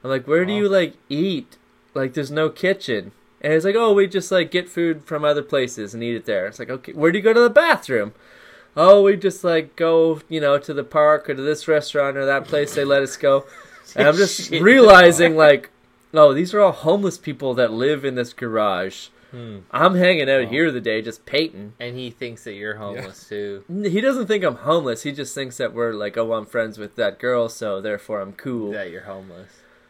S2: i'm like where do
S4: Wow.
S2: you like eat like there's no kitchen and it's like oh we just like get food from other places and eat it there it's like okay where do you go to the bathroom oh we just like go you know to the park or to this restaurant or that place they let us go and i'm just
S3: Shit.
S2: realizing like oh these are all homeless people that live in this garage
S3: Hmm.
S2: i'm hanging out here the day just painting
S3: And he thinks that you're homeless too.
S2: he doesn't think I'm homeless. He just thinks that we're like, oh, I'm friends with that girl, so therefore I'm cool.
S3: That you're homeless.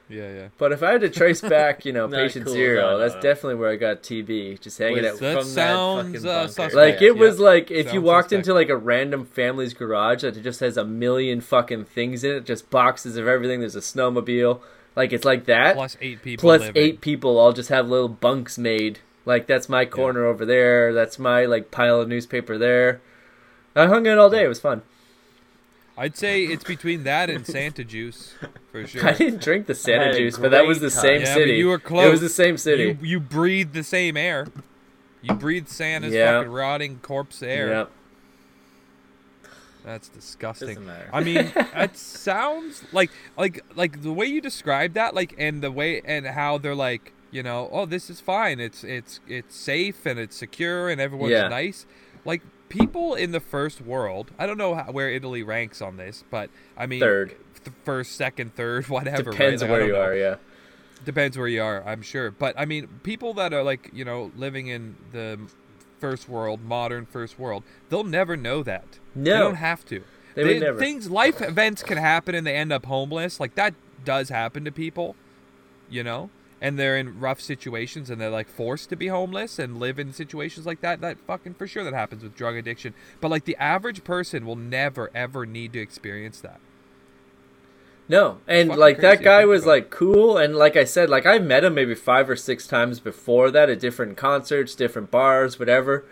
S4: Yeah, yeah.
S2: But if I had to trace back, you know,
S3: Not
S2: patient
S3: cool,
S2: zero,
S3: no, no,
S2: that's
S3: no.
S2: definitely where I got TB. Just hanging
S3: Was
S2: out.
S3: that-
S4: That
S3: From
S4: sounds
S3: fucking
S4: uh,
S3: bunker.
S4: suspect.
S2: Like
S4: Yeah.
S2: it was like if you
S4: Sounds
S2: walked
S4: suspect.
S2: into like a random family's garage that just has a million fucking things in it, just boxes of everything. There's a snowmobile. Like it's like that.
S4: plus eight people.
S2: plus
S4: living.
S2: eight people all just have little bunks made. Like that's my corner over there. That's my like pile of newspaper there. I hung out all day. It was fun.
S4: I'd say it's between that and Santa juice for sure.
S2: I didn't drink the
S3: I
S2: Santa
S3: had a
S2: juice, but that
S3: great
S2: was the
S3: time.
S2: same
S4: Yeah, but
S2: city.
S4: you were
S2: It
S4: close.
S2: was the same city.
S4: You, you breathe the same air. You breathe Santa's
S2: Yeah.
S4: fucking rotting corpse air.
S2: Yep.
S4: That's disgusting.
S3: Doesn't matter.
S4: I mean, that sounds like like like the way you describe that, like and the way and how they're like, you know, oh, this is fine. It's it's it's safe and it's secure and everyone's
S2: Yeah.
S4: nice. Like people in the first world, I don't know how, where Italy ranks on this, but I mean,
S2: Third.
S4: th- first, second, third, whatever.
S2: Depends
S4: right? I
S2: where
S4: don't
S2: you
S4: know.
S2: are. Yeah.
S4: Depends where you are, I'm sure. But I mean, people that are like, you know, living in the first world, modern first world, they'll never know that. They
S2: No.
S4: don't have to.
S2: They would never.
S4: Things, life events can happen and they end up homeless. Like that does happen to people, you know? And they're in rough situations and they're like forced to be homeless and live in situations like that. That fucking for sure that happens with drug addiction. But like the average person will never ever need to experience that.
S2: No, and
S4: fucking
S2: like
S4: crazy
S2: that
S4: to
S2: guy
S4: think
S2: was
S4: about.
S2: like cool, and like I said, like I met him maybe five or six times before that at different concerts, different bars, whatever.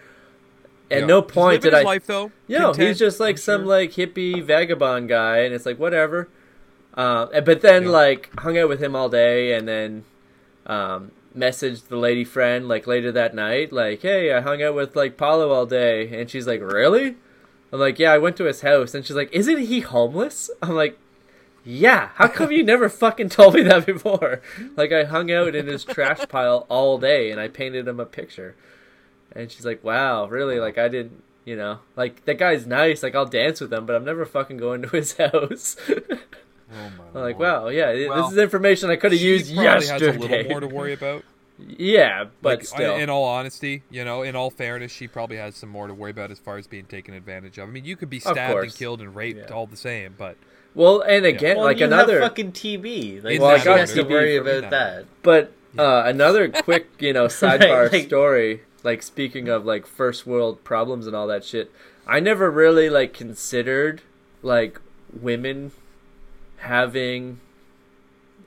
S2: At
S4: Yeah.
S2: no
S4: Just
S2: point
S4: living
S2: did I.
S4: his life though.
S2: you know,
S4: content,
S2: he's just like
S4: I'm
S2: some
S4: sure.
S2: like hippie vagabond guy, and it's like whatever. Uh, and- but then
S4: Yeah.
S2: like hung out with him all day, and then um, messaged the lady friend like later that night, like, "Hey, I hung out with like Paulo all day," and she's like, "Really?" I'm like, "Yeah, I went to his house," and she's like, "Isn't he homeless?" I'm like. Yeah, how come you never fucking told me that before? Like I hung out in his trash pile all day and I painted him a picture. And she's like, "Wow, really? Like I didn't, you know, like that guy's nice. Like I'll dance with him, but I'm never fucking going to his house." I'm like, wow, yeah, it-
S4: Oh Well,
S2: this is information I could have
S4: She
S2: used
S4: probably
S2: yesterday.
S4: has a little more to worry about.
S2: yeah, but
S4: Like,
S2: still,
S4: I- in all honesty, you know, in all fairness, she probably has some more to worry about as far as being taken advantage of. I mean, you could be stabbed and
S2: course.
S4: killed and raped
S2: Yeah.
S4: all the same, but
S2: well, and again,
S3: Well,
S2: like
S3: you
S2: another,
S3: have fucking TB. Like,
S4: Well, I
S3: she
S4: got
S3: has to
S2: TB
S3: worry
S4: from that.
S3: about that.
S2: but uh, another quick, you know, sidebar
S3: like-
S2: story. Like speaking of like first world problems and all that shit, I never really like considered like women having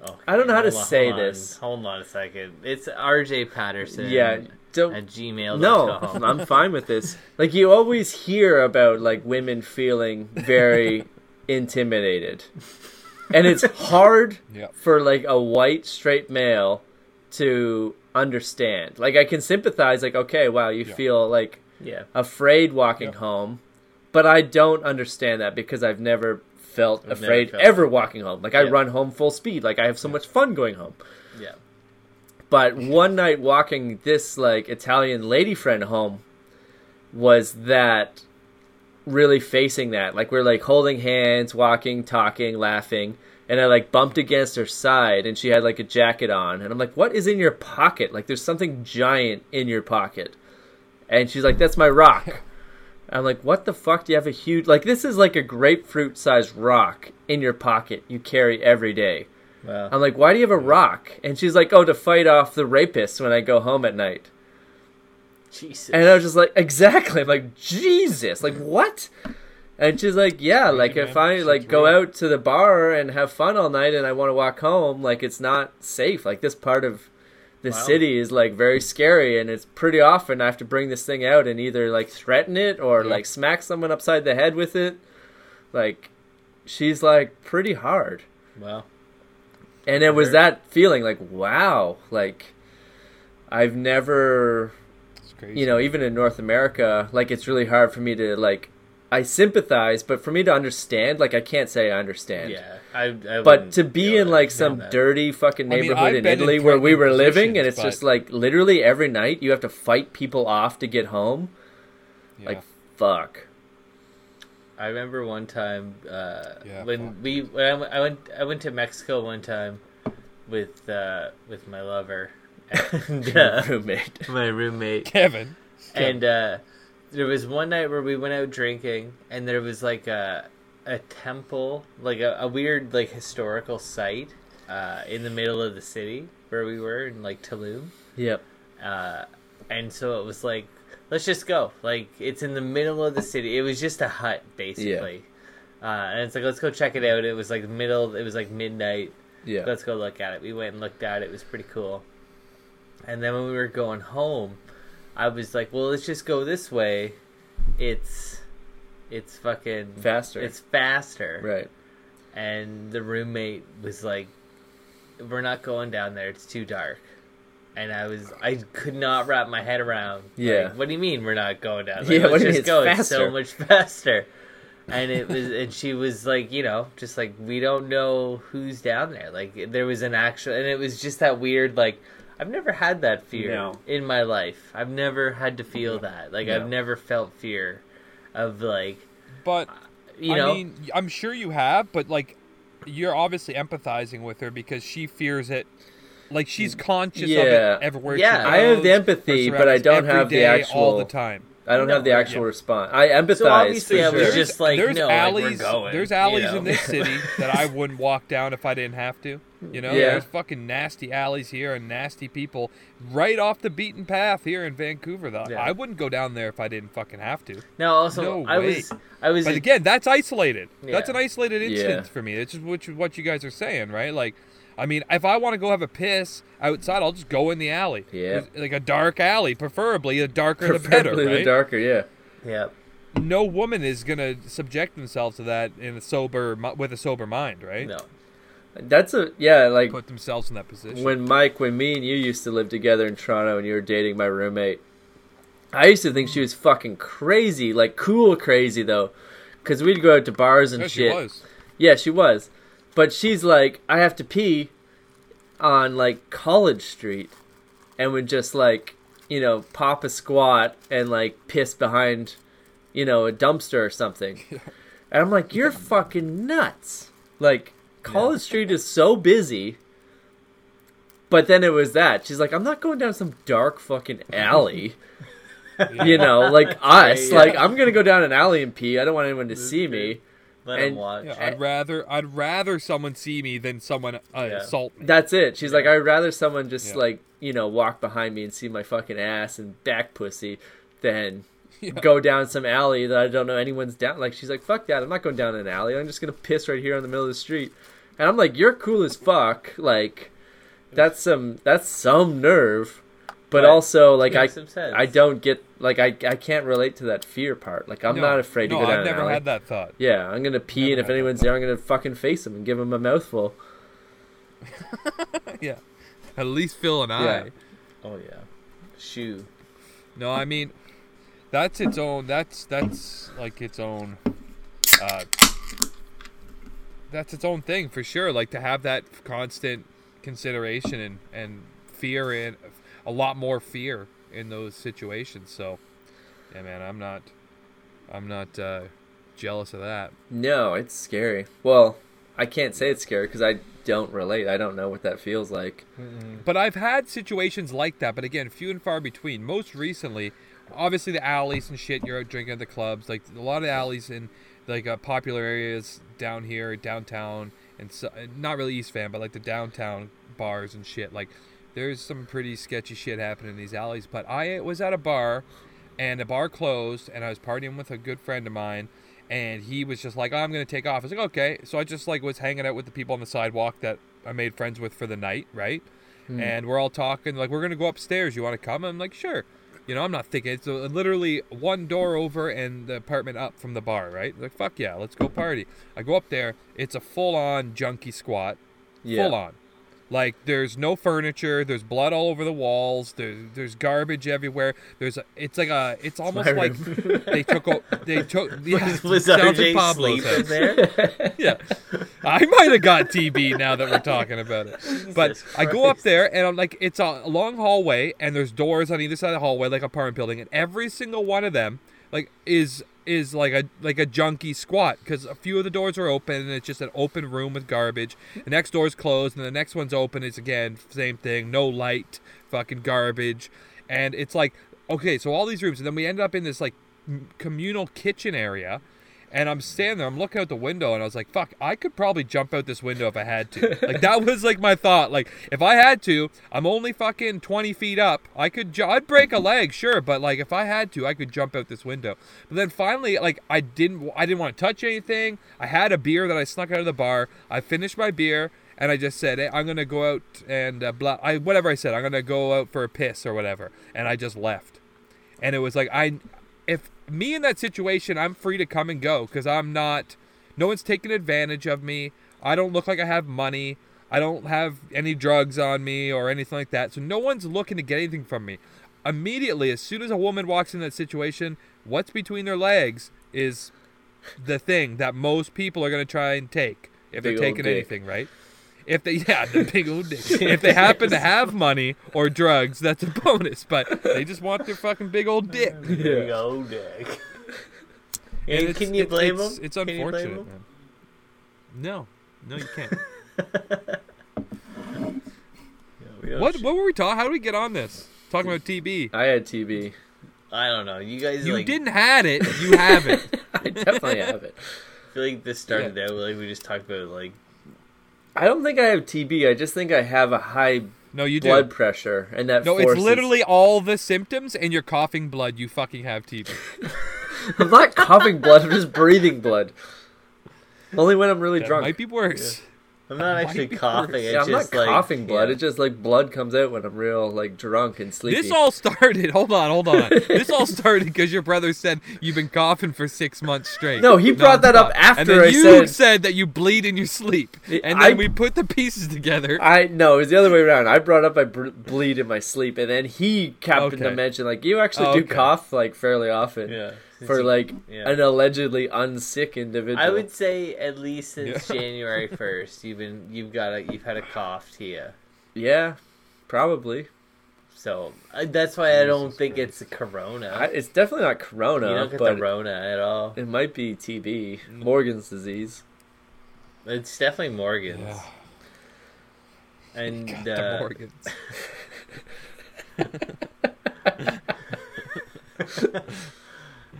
S3: Okay,
S2: I don't know how to
S3: hold on-
S2: say
S3: hold on.
S2: this.
S3: Hold on a second. It's RJ Patterson.
S2: yeah don't
S3: At gmail.
S2: No, I'm fine with this. Like you always hear about like women feeling very intimidated. And it's hard
S4: Yep.
S2: for like a white straight male to understand. Like I can sympathize like okay, wow, you
S4: Yeah.
S2: feel like
S3: Yeah.
S2: Uh, afraid walking
S4: Yeah.
S2: home, but I don't understand that because I've never felt
S3: I've never
S2: afraid
S3: felt
S2: ever
S3: that.
S2: walking home. Like I
S3: Yeah.
S2: run home full speed. Like I have so much fun going home.
S3: Yeah.
S2: But one night walking this like Italian lady friend home was that really facing that. Like we're like holding hands, walking, talking, laughing, and I like bumped against her side and she had like a jacket on and I'm like, "What is in your pocket? Like there's something giant in your pocket." And she's like, "That's my rock." I'm like, "What the fuck? Do you have a huge like this is like a grapefruit-sized rock in your pocket you carry every day?"
S3: Well,
S2: I'm like, why do you have a rock? And she's like, oh, to fight off the rapists when I go home at night.
S3: Jesus.
S2: And I was just like, exactly. I'm like, Jesus, like what? And she's like, yeah, like if I like go out to the bar and have fun all night and I want to walk home, like it's not safe. Like this part of the
S3: Wow.
S2: city is like very scary and it's pretty often I have to bring this thing out and either like threaten it or
S4: Yeah.
S2: like smack someone upside the head with it. Like she's like pretty hard
S3: well.
S2: and it was
S3: Sure.
S2: that feeling like wow like i've never
S4: it's crazy.
S2: you know even in north america like it's really hard for me to like i sympathize but for me to understand like i can't say i understand
S3: Yeah. I. I
S2: but
S4: Mm,
S3: wouldn't
S2: to be
S3: feel
S2: in
S3: that-
S2: like
S3: feel
S2: some
S3: that.
S2: dirty fucking
S4: I mean,
S2: neighborhood
S4: I've
S2: in
S4: been in
S2: italy where we
S4: threatening
S2: were living and
S4: positions,
S2: it's just
S4: but-
S2: like literally every night you have to fight people off to get home
S4: yeah.
S2: like fuck
S3: I remember one time uh,
S4: Yeah,
S3: when
S4: fuck.
S3: we when I, went- I went I went to Mexico one time with uh, with my lover and uh,
S2: roommate
S3: my roommate
S4: Kevin.
S3: and uh, there was one night where we went out drinking and there was like a a temple like a, a weird like historical site uh, in the middle of the city where we were in like Tulum,
S2: Yep.
S3: uh, and so it was like, let's just go. Like it's in the middle of the city. It was just a hut basically, uh, and it's like let's go check it out. It was like middle. It was like midnight.
S2: Yeah.
S3: Let's go look at it. We went and looked at it. It was pretty cool. And then when we were going home, I was like, well, let's just go this way. It's it's fucking
S2: Faster.
S3: It's faster
S2: right.
S3: and the roommate was like we're not going down there it's too dark and i was i could not wrap my head around like,
S2: Yeah.
S3: what do you mean we're not going down
S2: Yeah,
S3: Like,
S2: what do you mean
S3: let's just
S2: it's
S3: go it's so
S2: faster?
S3: much faster and it was and she was like you know just like we don't know who's down there like there was an actual and it was just that weird like i've never had that fear
S2: No.
S3: in my life i've never had to feel that like
S2: No.
S3: i've never felt fear of like
S2: uh,
S4: But
S3: you
S4: I
S3: know
S4: mean, I'm sure you have, but like, you're obviously empathizing with her because she fears it. Like she's conscious of
S2: Mm, Yeah.
S4: it everywhere.
S3: Yeah.
S4: she
S2: I have the
S4: goes, her
S2: empathy, but I
S4: surroundings,
S2: don't
S4: every
S2: have the
S4: day, all the
S2: actual-
S4: time.
S2: I don't
S3: No,
S2: have the actual
S4: yeah.
S2: response. I empathize.
S3: obviously
S2: for
S3: I was
S2: sure.
S3: just- like,
S4: there's
S3: no, like, we're
S4: alleys,
S3: going,
S4: there's
S3: you
S4: alleys
S3: know?
S4: in this city that I wouldn't walk down if I didn't have to. You know,
S2: Yeah.
S4: there's fucking nasty alleys here and nasty people right off the beaten path here in Vancouver. Though
S3: Yeah.
S4: I wouldn't go down there if I didn't fucking have to.
S3: no also
S4: No
S3: i
S4: way.
S3: was i was
S4: But
S3: a-
S4: again, that's isolated. That's
S3: Yeah.
S4: an isolated incident
S2: Yeah.
S4: for me. It's just what you, what you guys are saying, right? Like, I mean, if I want to go have a piss outside, I'll just go in the alley.
S2: Yeah.
S4: There's- Like a dark alley, preferably the darker
S2: preferably
S4: the better, right?
S2: the darker. Yeah.
S3: yeah
S4: no woman is gonna subject themselves to that in a sober mi- with a sober mind, right?
S3: No.
S2: That's a yeah. Like
S4: Put themselves in that position.
S2: when Mike, when me and you used to live together in Toronto, and you were dating my roommate, I used to think she was fucking crazy, like cool crazy though, because we'd go out to bars and
S4: Yeah, she
S2: shit.
S4: was.
S2: Yeah, she was, but she's like, I have to pee on like College Street, and would just like you know pop a squat and like piss behind you know a dumpster or something, and I'm like, you're fucking nuts. Like College Street is so busy. But then it was that. She's like, I'm not going down some dark fucking alley. you know, like us.
S3: yeah.
S2: Like, I'm going to go down an alley and pee. I don't want anyone to see me.
S3: Let
S2: And-
S3: him watch.
S4: Yeah, I'd rather I'd rather someone see me than someone uh, assault me.
S2: That's it. She's like, I'd rather someone just,
S4: Yeah.
S2: like, you know, walk behind me and see my fucking ass and back pussy than go down some alley that I don't know anyone's down. Like, she's like, fuck that. I'm not going down an alley. I'm just going to piss right here in the middle of the street. And I'm like, you're cool as fuck. Like, that's some that's some nerve, but,
S3: But
S2: also like I
S3: makes some sense.
S2: I don't get like I I can't relate to that fear part. Like I'm
S4: No,
S2: not afraid
S4: no,
S2: to go down
S4: I've
S2: an
S4: never
S2: alley.
S4: had that thought.
S2: Yeah, I'm gonna pee,
S4: Never
S2: and if
S4: had that
S2: anyone's there, I'm gonna fucking face him and give him a mouthful.
S4: Yeah, at least Phil and I.
S2: Yeah.
S3: Oh yeah. Shoe.
S4: No, I mean, that's its own. That's that's like its own. Uh, that's its own thing for sure. Like to have that constant consideration and and fear and a lot more fear in those situations. So, yeah, man, I'm not, I'm not uh, jealous of that.
S2: No, it's scary. Well, I can't say it's scary because I don't relate. I don't know what that feels like.
S4: But I've had situations like that, but again, few and far between. Most recently, obviously the alleys and shit. You're out drinking at the clubs, like a lot of alleys in like uh, popular areas down here, downtown, and so, and not really East Van, but like the downtown bars and shit. Like there's some pretty sketchy shit happening in these alleys. But I uh, was at a bar, and the bar closed, and I was partying with a good friend of mine. And he was just like, "Oh, "I'm gonna take off." I was like, "Okay." So I just like was hanging out with the people on the sidewalk that I made friends with for the night, right? and we're all talking like we're gonna go upstairs you want to come i'm like sure you know i'm not thinking it's uh, literally one door over and the apartment up from the bar right like fuck yeah let's go party i go up there it's a full-on junkie squat
S2: Yeah.
S4: full on like there's no furniture there's blood all over the walls there's there's garbage everywhere there's a, it's like a it's almost
S2: my
S4: like they took o- they took yeah, it
S3: Was
S4: sounds like
S3: RJ
S4: Pablo
S3: sleep
S4: said.
S3: in there?
S4: Yeah. I might have got TB now that we're talking about it. but
S3: Jesus
S4: I go up
S3: Christ.
S4: there and I'm like, it's a long hallway and there's doors on either side of the hallway, like apartment building, and every single one of them, like, is is like a like a junkie squat because a few of the doors are open and it's just an open room with garbage. The next door's closed and the next one's open. It's again same thing, no light, fucking garbage, and it's like okay, so all these rooms and then we end up in this like m- communal kitchen area And I'm standing there, I'm looking out the window, and I was like, fuck, I could probably jump out this window if I had to. like, that was like my thought. Like, if I had to, I'm only fucking 20 feet up. I could, ju- I'd break a leg, sure, but like, if I had to, I could jump out this window. But then finally, like, I didn't, I didn't want to touch anything. I had a beer that I snuck out of the bar. I finished my beer and I just said, hey, I'm gonna go out and uh, blah, I whatever I said, I'm gonna go out for a piss or whatever, and I just left. And it was like I, if me in that situation, I'm free to come and go because I'm not, no one's taking advantage of me. I don't look like I have money. I don't have any drugs on me or anything like that. So no one's looking to get anything from me. Immediately, as soon as a woman walks in that situation, what's between their legs is the thing that most people are gonna try and take
S2: Big
S4: if they're
S2: old
S4: taking
S2: dick.
S4: anything, right? If they yeah, the big old dick. If they happen to have money or drugs, that's a bonus. But they just want their fucking big old dick.
S3: Big old dick.
S4: And
S3: And
S4: it's-
S3: can you
S4: it's-
S3: blame
S4: it's,
S3: him?
S4: It's
S3: Can you blame
S4: unfortunate,
S3: him?
S4: man. No, no, you can't.
S3: We don't
S4: what
S3: sh-
S4: what were we talking? How did we get on this? Talking about TB.
S2: I had TB.
S3: I don't know. You guys
S4: You
S3: like
S4: didn't had it. You have it.
S2: I definitely have it.
S3: feel like this started out like we just talked about like
S2: I don't think I have TB. I just think I have a high
S4: No, you do.
S2: blood pressure, and that
S4: no, it's
S2: forces-
S4: literally all the symptoms, and you're coughing blood. You fucking have TB.
S2: I'm not coughing blood. I'm just breathing blood. Only when I'm really
S4: That
S2: drunk.
S4: might be worse.
S3: I'm not
S4: Might
S3: actually
S4: be
S3: coughing.
S4: worse.
S3: It's
S2: Yeah, I'm
S3: just
S2: not
S3: like
S2: coughing blood.
S3: yeah.
S2: It's just like blood comes out when I'm real like drunk and sleepy.
S4: This all started. Hold on, hold on. this all started because your brother said you've been coughing for six months straight.
S2: No, he brought that up
S4: nonstop. And
S2: after
S4: then
S2: I
S4: you
S2: said-
S4: that you bleed in your sleep,
S2: I-
S4: and then we put the pieces together.
S2: I no, it was the other way around. I brought up I br- bleed in my sleep, and then he happened to
S4: Okay.
S2: mention like you actually
S4: Oh,
S2: do
S4: okay.
S2: cough like fairly often
S3: yeah.
S2: for like
S3: yeah.
S2: an allegedly unsick individual.
S3: I would say at least since
S4: Yeah.
S3: January first, you've been you've got a you've had a cough here.
S2: yeah, probably.
S3: So uh, that's why I don't think it's Corona.
S2: I, it's definitely not
S3: you
S2: corona,
S3: don't get
S2: but
S3: the Mm. Rona at all.
S2: it might be TB, Morgan's disease.
S3: It's definitely Morgan's.
S4: Yeah.
S3: And
S4: God,
S3: uh,
S4: the Morgans.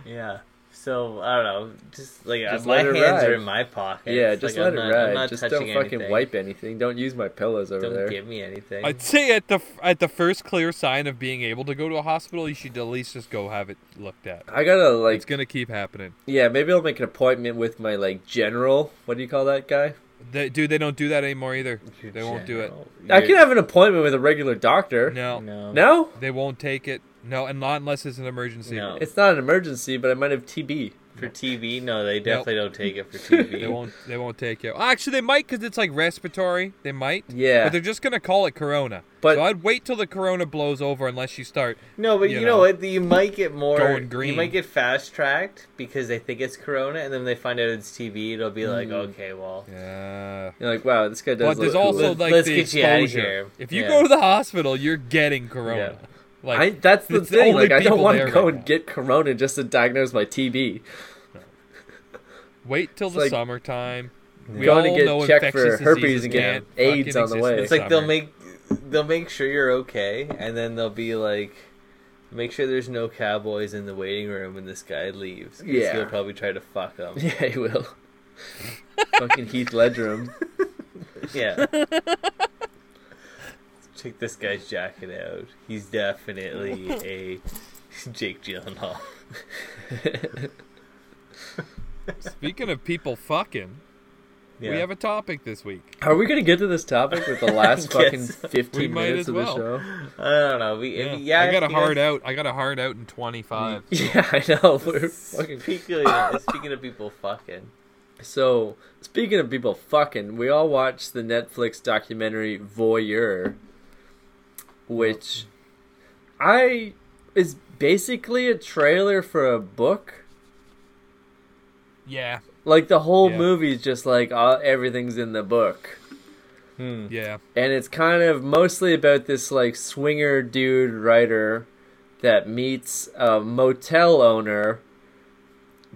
S3: yeah. So I don't know. Just like uh,
S2: Just
S3: my
S2: let
S3: hands
S2: it
S3: are
S2: ride.
S3: in my pockets.
S2: yeah, just
S3: like,
S2: let
S3: I'm
S2: it
S3: not, I'm
S2: ride.
S3: not
S2: Just
S3: touching
S2: don't fucking
S3: anything.
S2: wipe anything. Don't use my pillows over
S3: Don't
S2: there.
S3: give me anything.
S4: I'd say at the at the first clear sign of being able to go to a hospital, you should at least just go have it looked at.
S2: I gotta like
S4: It's gonna keep happening.
S2: Yeah, maybe I'll make an appointment with my like general. What do you call that guy?
S4: They, dude, they don't do that anymore either. They won't do it.
S2: I can have an appointment with a regular doctor.
S4: No,
S3: No.
S2: No?
S4: they won't take it. No, and not unless it's an emergency.
S3: No.
S2: It's not an emergency, but I might have TB.
S3: For TV, no, they definitely don't take it for TV.
S4: They won't. They won't take it. Actually, they might because it's like respiratory. They might.
S2: Yeah.
S4: But they're just gonna call it corona.
S2: But-
S4: so I'd wait till the corona blows over unless you start.
S3: No, but you,
S4: You
S3: know,
S4: know.
S3: what? You might get more.
S4: Going
S3: You
S4: green.
S3: might get fast tracked because they think it's Corona, and then they find out it's TV. It'll be like,
S2: Mm.
S3: okay, well,
S4: Yeah.
S2: You're like, wow, this guy does.
S4: But there's
S2: look
S4: also
S2: cool.
S4: like
S3: Let's
S4: the
S3: get you outta
S4: exposure.
S3: here.
S4: If you
S3: Yeah.
S4: go to the hospital, you're getting corona. Like
S2: I, that's the
S4: it's
S2: thing.
S4: only
S2: Like, I don't
S4: people
S2: want
S4: there
S2: to go
S4: right
S2: and
S4: now.
S2: get corona just to diagnose my TB.
S4: wait till the
S2: like-
S4: summertime. We
S2: Going to
S4: all
S2: get
S4: know
S2: checked
S4: infectious
S2: for herpes
S4: diseases
S2: and get
S4: can't
S2: AIDS
S4: fucking
S2: on the
S4: exist
S2: way.
S4: in
S3: it's like they'll
S4: summer.
S3: make they'll make sure you're okay, and then they'll be like, make sure there's no cowboys in the waiting room when this guy leaves. 'cause
S2: Yeah.
S3: he'll probably try to fuck them.
S2: Yeah, I will. Fucking Heath Ledger him.
S3: yeah. Check this guy's jacket out. He's definitely a Jake Gyllenhaal.
S4: Speaking of people fucking,
S3: Yeah.
S4: we have a topic this week.
S2: Are we gonna get to this topic with the last
S3: I
S2: fucking
S3: guess so.
S2: fifteen
S4: might
S2: minutes
S4: as
S2: of
S4: well.
S2: the show?
S3: I don't know. We, yeah. yeah
S4: I got a
S3: you
S4: hard
S3: guys-
S4: out. I got a hard out in 25.
S2: Yeah, I know. We're fucking
S3: Speaking of, speaking of people fucking,
S2: So, speaking of people fucking, we all watched the Netflix documentary Voyeur, which I is basically a trailer for a book.
S4: Yeah.
S2: Like the whole
S4: Yeah.
S2: movie's just like all, everything's in the book. Mm.
S4: Yeah.
S2: And it's kind of mostly about this like swinger dude writer that meets a motel owner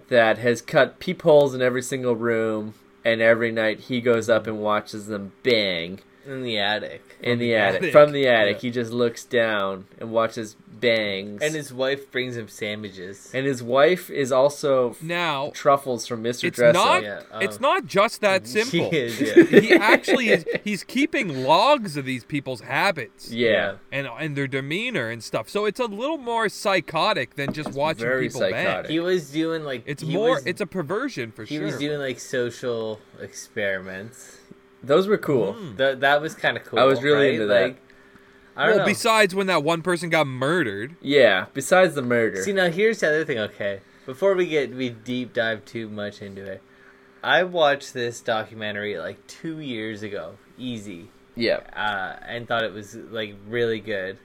S2: that has cut peepholes in every single room and every night he goes up and watches them bang
S3: in the attic,
S2: in the,
S4: the
S2: attic.
S4: attic.
S2: From the attic,
S4: Yeah.
S2: he just looks down and watches bangs.
S3: and his wife brings him sandwiches.
S2: and his wife is also f-
S4: Now
S2: truffles from Mr.
S4: it's
S2: Dresser.
S4: not
S3: Yeah, um,
S4: it's not just that simple.
S3: She is, yeah.
S4: he actually is he's keeping logs of these people's habits
S2: yeah.
S4: and and their demeanor and stuff. So it's a little more psychotic than just watching
S2: very
S4: people
S2: psychotic.
S4: bang.
S3: He was doing like
S4: It's
S3: he
S4: more
S3: was-
S4: it's a perversion for
S3: he
S4: sure.
S3: was doing like social experiments.
S2: Those were
S4: Hmm.
S2: cool.
S3: Th- that was kind of cool.
S2: Hmm. I was really
S3: right?
S2: into that.
S3: Like, I don't
S4: well,
S3: know.
S4: besides when that one person got murdered.
S2: Yeah, besides the murder.
S3: See now, here's the other thing. Okay, before we get we deep dive too much into it, I watched this documentary like two years ago, easy,
S2: yeah.
S3: uh, and thought it was like really good.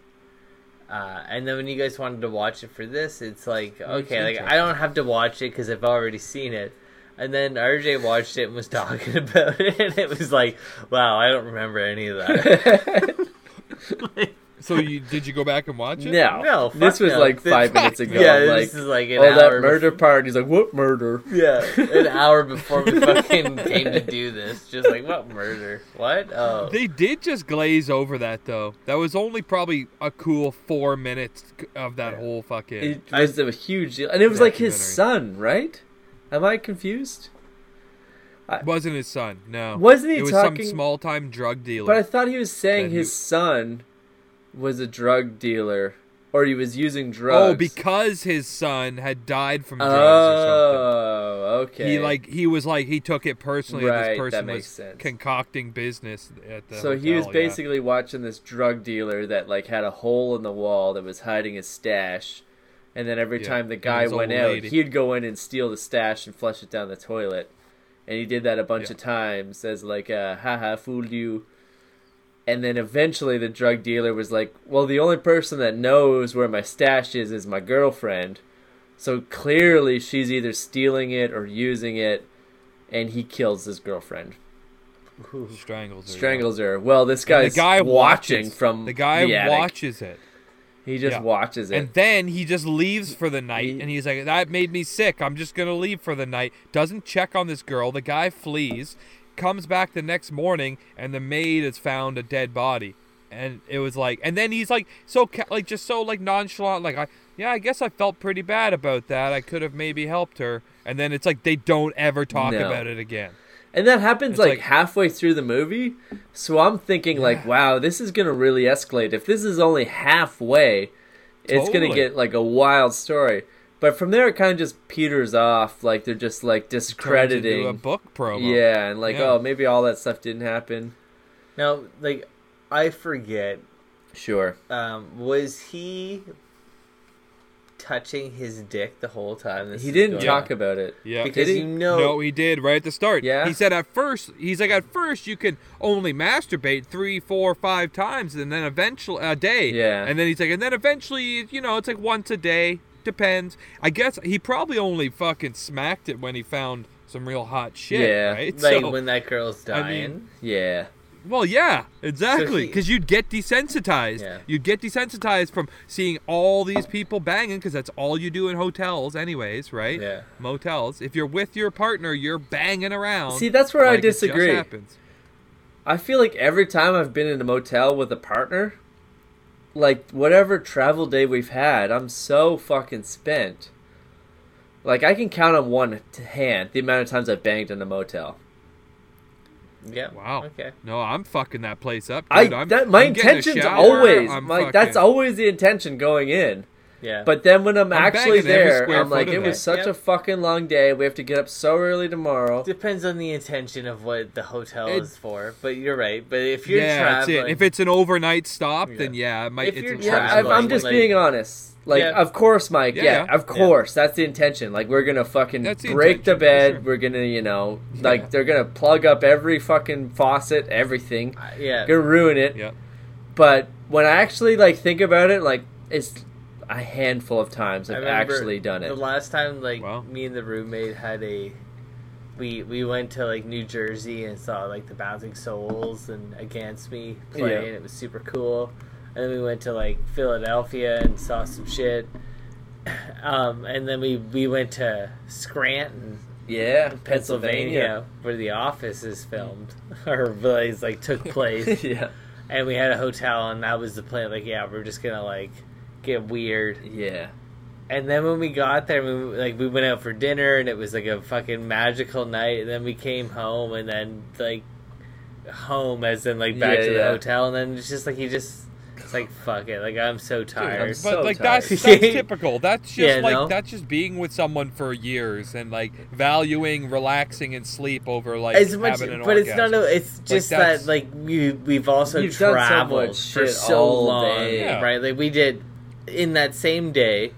S3: Uh, and then when you guys wanted to watch it for this, it's like okay, like I don't have to watch it because I've already seen it. And then RJ watched it and was talking about it, and it was like, wow, I don't remember any of that.
S4: So you did you go back and watch it?
S2: No.
S3: No, fuck
S2: this was
S3: no.
S2: like
S3: This-
S2: five minutes ago.
S3: yeah,
S2: I'm
S3: this
S2: like,
S3: is like an
S2: oh, that
S3: hour
S2: murder part. He's like, what murder?
S3: Yeah, an hour before we fucking came to do this, just like what murder? What? Oh,
S4: They did just glaze over that though. That was only probably a cool four minutes of that whole fucking.
S2: It was a huge deal. And it was like his
S4: Documentary.
S2: son, right? Am I confused?
S4: wasn't his son? No.
S2: Wasn't he
S4: It was
S2: talking-
S4: some small time drug dealer.
S2: But I thought he was saying
S4: Then he-
S2: his son was a drug dealer or he was using drugs.
S4: oh, because his son had died from drugs or something.
S2: Oh, okay.
S4: He like he was like he took it personally. and
S2: Right,
S4: this
S2: that
S4: person
S2: makes
S4: was
S2: sense.
S4: concocting business at the.
S2: so he was
S4: hotel, yeah.
S2: basically watching this drug dealer that like had a hole in the wall that was hiding his stash, and then every
S4: Yeah,
S2: time the
S4: and
S2: guy
S4: his old
S2: went out,
S4: lady.
S2: he'd go in and steal the stash and flush it down the toilet, and he did that a bunch
S4: Yeah.
S2: of times as like, uh, "Haha, fooled you." And then eventually the drug dealer was like, "Well, the only person that knows where my stash is is my girlfriend, so clearly she's either stealing it or using it." And he kills his girlfriend
S4: strangles. her, yeah.
S2: strangles her. Well, this
S4: And
S2: guy's
S4: the guy
S2: watching
S4: watches-
S2: from
S4: the guy
S2: attic.
S4: watches it,
S2: He just
S4: yeah.
S2: watches it.
S4: and then he just leaves for the night,
S2: He-
S4: and he's like, "That made me sick. I'm just gonna leave for the night." Doesn't check on this girl. The guy flees, comes back the next morning, and the maid has found a dead body, and it was like, and then he's like, so ca- like just so like nonchalant, like I. Yeah, I guess I felt pretty bad about that. I could have maybe helped her. And then it's like they don't ever talk
S2: No.
S4: about it again.
S2: And that happens
S4: It's
S2: like,
S4: like-
S2: halfway through the movie. So I'm thinking like, wow, this is gonna really escalate. If this is only halfway, it's gonna
S4: Totally.
S2: get like a wild story. But from there, it kind of just peters off. Like they're just like
S4: turns into
S2: discrediting.
S4: a book promo.
S2: yeah, and like,
S4: Yeah.
S2: oh, maybe all that stuff didn't happen.
S3: now like I forget.
S2: Sure.
S3: Um, was he touching his dick the whole time? This
S2: He
S3: is
S2: didn't
S3: going
S4: Yeah.
S2: talk about it.
S4: Yeah.
S3: because
S2: Did he?
S3: you know.
S4: No, he did right at the start.
S2: Yeah?
S4: He said at first, he's like, at first you can only masturbate three, four, five times, and then eventually a day.
S2: Yeah.
S4: And then he's like, and then eventually, you know, it's like once a day. Depends. I guess he probably only fucking smacked it when he found some real hot shit.
S2: Yeah.
S4: Right.
S3: like
S4: So-
S3: when that girl's dying.
S4: I mean,
S2: Yeah.
S4: well, yeah, exactly.
S3: he-
S4: Because you'd get desensitized.
S3: Yeah.
S4: You'd get desensitized from seeing all these people banging, because that's all you do in hotels, anyways, right?
S3: Yeah.
S4: Motels. If you're with your partner, you're banging around.
S2: See, that's where I
S4: like it just
S2: disagree.
S4: happens.
S2: I feel like every time I've been in a motel with a partner, like whatever travel day we've had, I'm so fucking spent. Like I can count on one t- hand the amount of times I've banged in a motel.
S3: yeah.
S4: Wow.
S3: Okay.
S4: No, I'm fucking that place up.
S2: I
S4: dude. I'm,
S2: that my
S4: I'm getting a
S2: intention's
S4: shower,
S2: always
S4: I'm
S2: like that's
S4: fucking-
S2: always the intention going in.
S3: Yeah.
S2: But then when I'm,
S4: I'm
S2: actually
S4: banging every
S2: there,
S4: square
S2: I'm like
S4: foot
S2: it
S4: of
S2: was
S4: that.
S2: such
S3: Yep.
S2: a fucking long day. We have to get up so early tomorrow.
S3: Depends on the intention of what the hotel
S4: It-
S3: is for, but you're right. But if you're
S4: yeah, that's
S3: traveling,
S4: it. If it's an overnight stop,
S3: Yeah.
S4: then yeah, it might.
S3: If
S4: it's
S3: you're
S4: a
S2: Yeah,
S3: Yeah,
S2: I'm,
S4: travel
S2: I'm
S3: like-
S2: just
S3: like-
S2: being honest. Like,
S3: Yeah.
S2: of course, Mike. Yeah,
S4: Yeah, yeah.
S2: of course. That's the intention. Like, we're gonna fucking
S4: That's the
S2: break the
S4: intention, for
S2: bed.
S4: sure.
S2: We're gonna, you know, like they're gonna plug up every fucking faucet, everything.
S3: I- yeah,
S2: Gonna ruin it.
S4: Yeah.
S2: But when I actually like think about it, like it's a handful of times
S3: I
S2: I've
S3: remember
S2: actually done
S3: The
S2: it.
S3: last time, like
S4: Wow.
S3: me and the roommate had a, we we went to like New Jersey and saw like the Bouncing Souls and Against Me play,
S2: Yeah.
S3: and it was super cool. And then we went to like Philadelphia and saw some shit. Um, and then we we went to Scranton
S2: Yeah,
S3: Pennsylvania, where The Office is filmed, or really is, like took place,
S2: yeah,
S3: and we had a hotel, and that was the plan. Like, yeah, we're just gonna like get weird.
S2: yeah.
S3: And then when we got there, we like we went out for dinner, and it was like a fucking magical night. And then we came home, and then like home, as in like back
S2: Yeah,
S3: to the
S2: yeah.
S3: hotel, and then it's just like he just it's like fuck it, like I'm so tired.
S4: But
S2: so
S4: like
S2: tired.
S4: that's, that's typical. That's just
S3: Yeah,
S4: like
S3: no?
S4: that's just being with someone for years and like valuing relaxing and sleep over like
S3: as much,
S4: having an
S3: but it's not.
S4: orgasm.
S3: A, it's just
S4: that's-
S3: that like we we've also
S2: You've done so
S3: traveled
S2: much
S3: for
S2: shit
S3: so
S2: all
S3: long,
S2: day.
S4: Yeah.
S3: right? Like we did in that same day.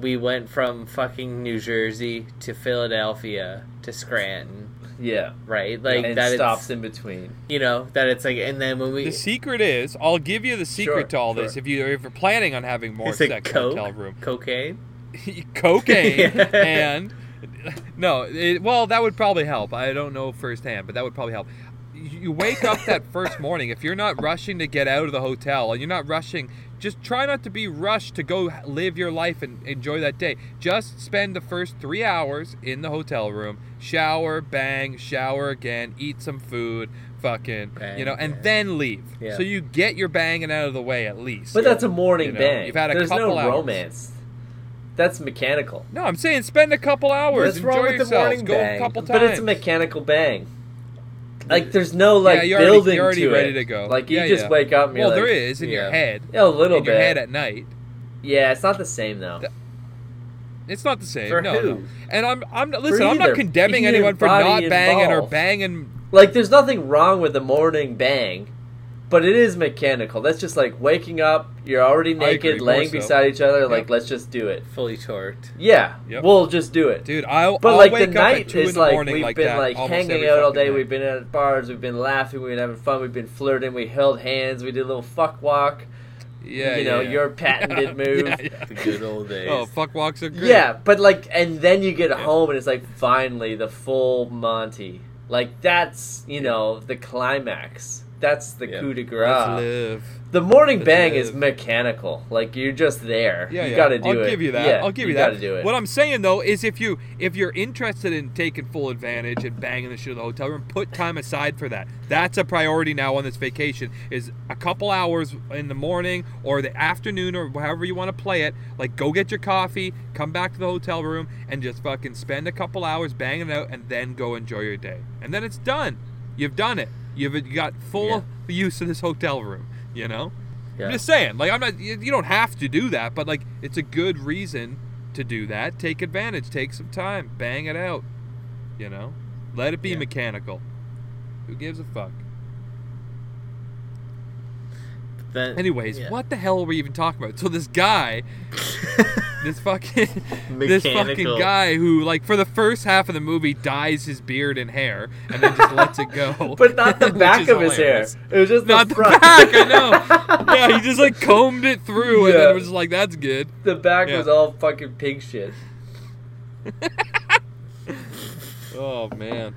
S3: We went from fucking New Jersey to Philadelphia to Scranton,
S2: Yeah,
S3: right? Like
S2: and
S3: that it's-
S2: stops in between.
S3: you know that it's like and then when we
S4: The secret is, I'll give you the secret
S2: Sure,
S4: to all this.
S2: sure.
S4: If you if you're planning on having more
S3: it's
S4: sex
S3: like
S4: in a
S3: coke
S4: hotel room,
S3: cocaine
S4: cocaine
S3: Yeah.
S4: and no, it, well that would probably help. I don't know firsthand, but that would probably help. You you wake up that first morning if you're not rushing to get out of the hotel and you're not rushing. Just try not to be rushed to go live your life and enjoy that day. Just spend the first three hours in the hotel room, shower, bang, shower again, eat some food, fucking, you
S3: Bang,
S4: know, and
S3: bang.
S4: then leave.
S3: Yeah.
S4: So you get your banging out of the way at least.
S2: But that's a morning
S4: You know,
S2: bang.
S4: you've had a
S2: There's
S4: couple
S2: no
S4: hours.
S2: romance. That's mechanical.
S4: No, I'm saying spend a couple hours.
S2: What's
S4: enjoy
S2: wrong with the
S4: yourselves.
S2: morning
S4: Go
S2: bang?
S4: a couple times.
S2: But it's a mechanical bang. Like there's no like
S4: yeah, you're already,
S2: building
S4: you're already
S2: to
S4: ready
S2: it.
S4: to go.
S2: Like you
S4: Yeah,
S2: just
S4: yeah.
S2: wake up and you're
S4: well, there
S2: like,
S4: is in
S3: yeah.
S4: your head.
S2: Yeah, a little
S4: in your head
S2: bit.
S4: at night.
S2: yeah, it's not the same though.
S4: Th- It's not the same.
S3: For
S4: no, no.
S3: who?
S4: And I'm I'm not listen, I'm
S2: either-
S4: not condemning
S2: either
S4: anyone for
S2: body
S4: not banging or
S2: involved.
S4: banging
S2: Like there's nothing wrong with the morning bang, but it is mechanical. That's just like waking up, you're already
S4: I agree,
S2: naked,
S4: more
S2: laying
S4: so.
S2: beside each other. Like
S4: Yep.
S2: let's just do it.
S3: fully torqued
S2: Yeah,
S4: Yep.
S2: we'll just do it.
S4: dude, I'll
S2: But
S4: I'll
S2: like
S4: wake
S2: the
S4: up at
S2: night
S4: two in
S2: is
S4: the
S2: like
S4: morning
S2: we've
S4: like
S2: been
S4: that
S2: like
S4: almost
S2: hanging
S4: every
S2: out all
S4: fucking
S2: day.
S4: night.
S2: We've been at bars. We've been laughing. We've been having fun. We've been flirting. We held hands. We did a little fuck walk.
S4: yeah,
S2: you
S4: yeah,
S2: know
S4: yeah.
S2: your patented
S4: Yeah,
S2: move.
S4: yeah.
S3: the good old days.
S4: Oh, fuck walks are great.
S2: Yeah, but like, and then you get home and it's like finally the full Monty. Like that's you know the climax. That's the
S3: Yeah.
S2: coup de
S4: Let's
S2: grace.
S4: live.
S2: The morning
S4: Let's
S2: bang is
S4: live.
S2: mechanical. Like you're just there.
S4: Yeah,
S2: you
S4: yeah.
S2: gotta do
S4: I'll
S2: it.
S4: give you that.
S2: Yeah,
S4: I'll give you,
S2: you
S4: that.
S2: Gotta do it.
S4: What I'm saying though is if you if you're interested in taking full advantage and banging the shit out of the hotel room, put time aside for that. That's a priority now on this vacation is a couple hours in the morning or the afternoon or however you want to play it. Like go get your coffee, come back to the hotel room and just fucking spend a couple hours banging it out and then go enjoy your day. And then it's done. You've done it. You've you got full use of this hotel room, you know?
S3: Yeah.
S4: I'm just saying, like I'm not. You, you don't have to do that, but like it's a good reason to do that. Take advantage. Take some time. Bang it out. You know, let it be
S3: Yeah.
S4: mechanical. Who gives a fuck?
S3: Then-
S4: Anyways,
S3: yeah.
S4: what the hell were we even talking about? So this guy, this fucking, this fucking
S3: Mechanical.
S4: guy who like for the first half of the movie dyes his beard and hair and then just lets it go.
S2: but not the
S4: which
S2: back
S4: is
S2: of his hair.
S4: hilarious.
S2: It was just
S4: Not
S2: the
S4: the
S2: front.
S4: back. I know. yeah, he just like combed it through and
S2: Yeah.
S4: then was just like, "That's good."
S2: The back
S4: Yeah.
S2: was all fucking pig shit.
S4: Oh man.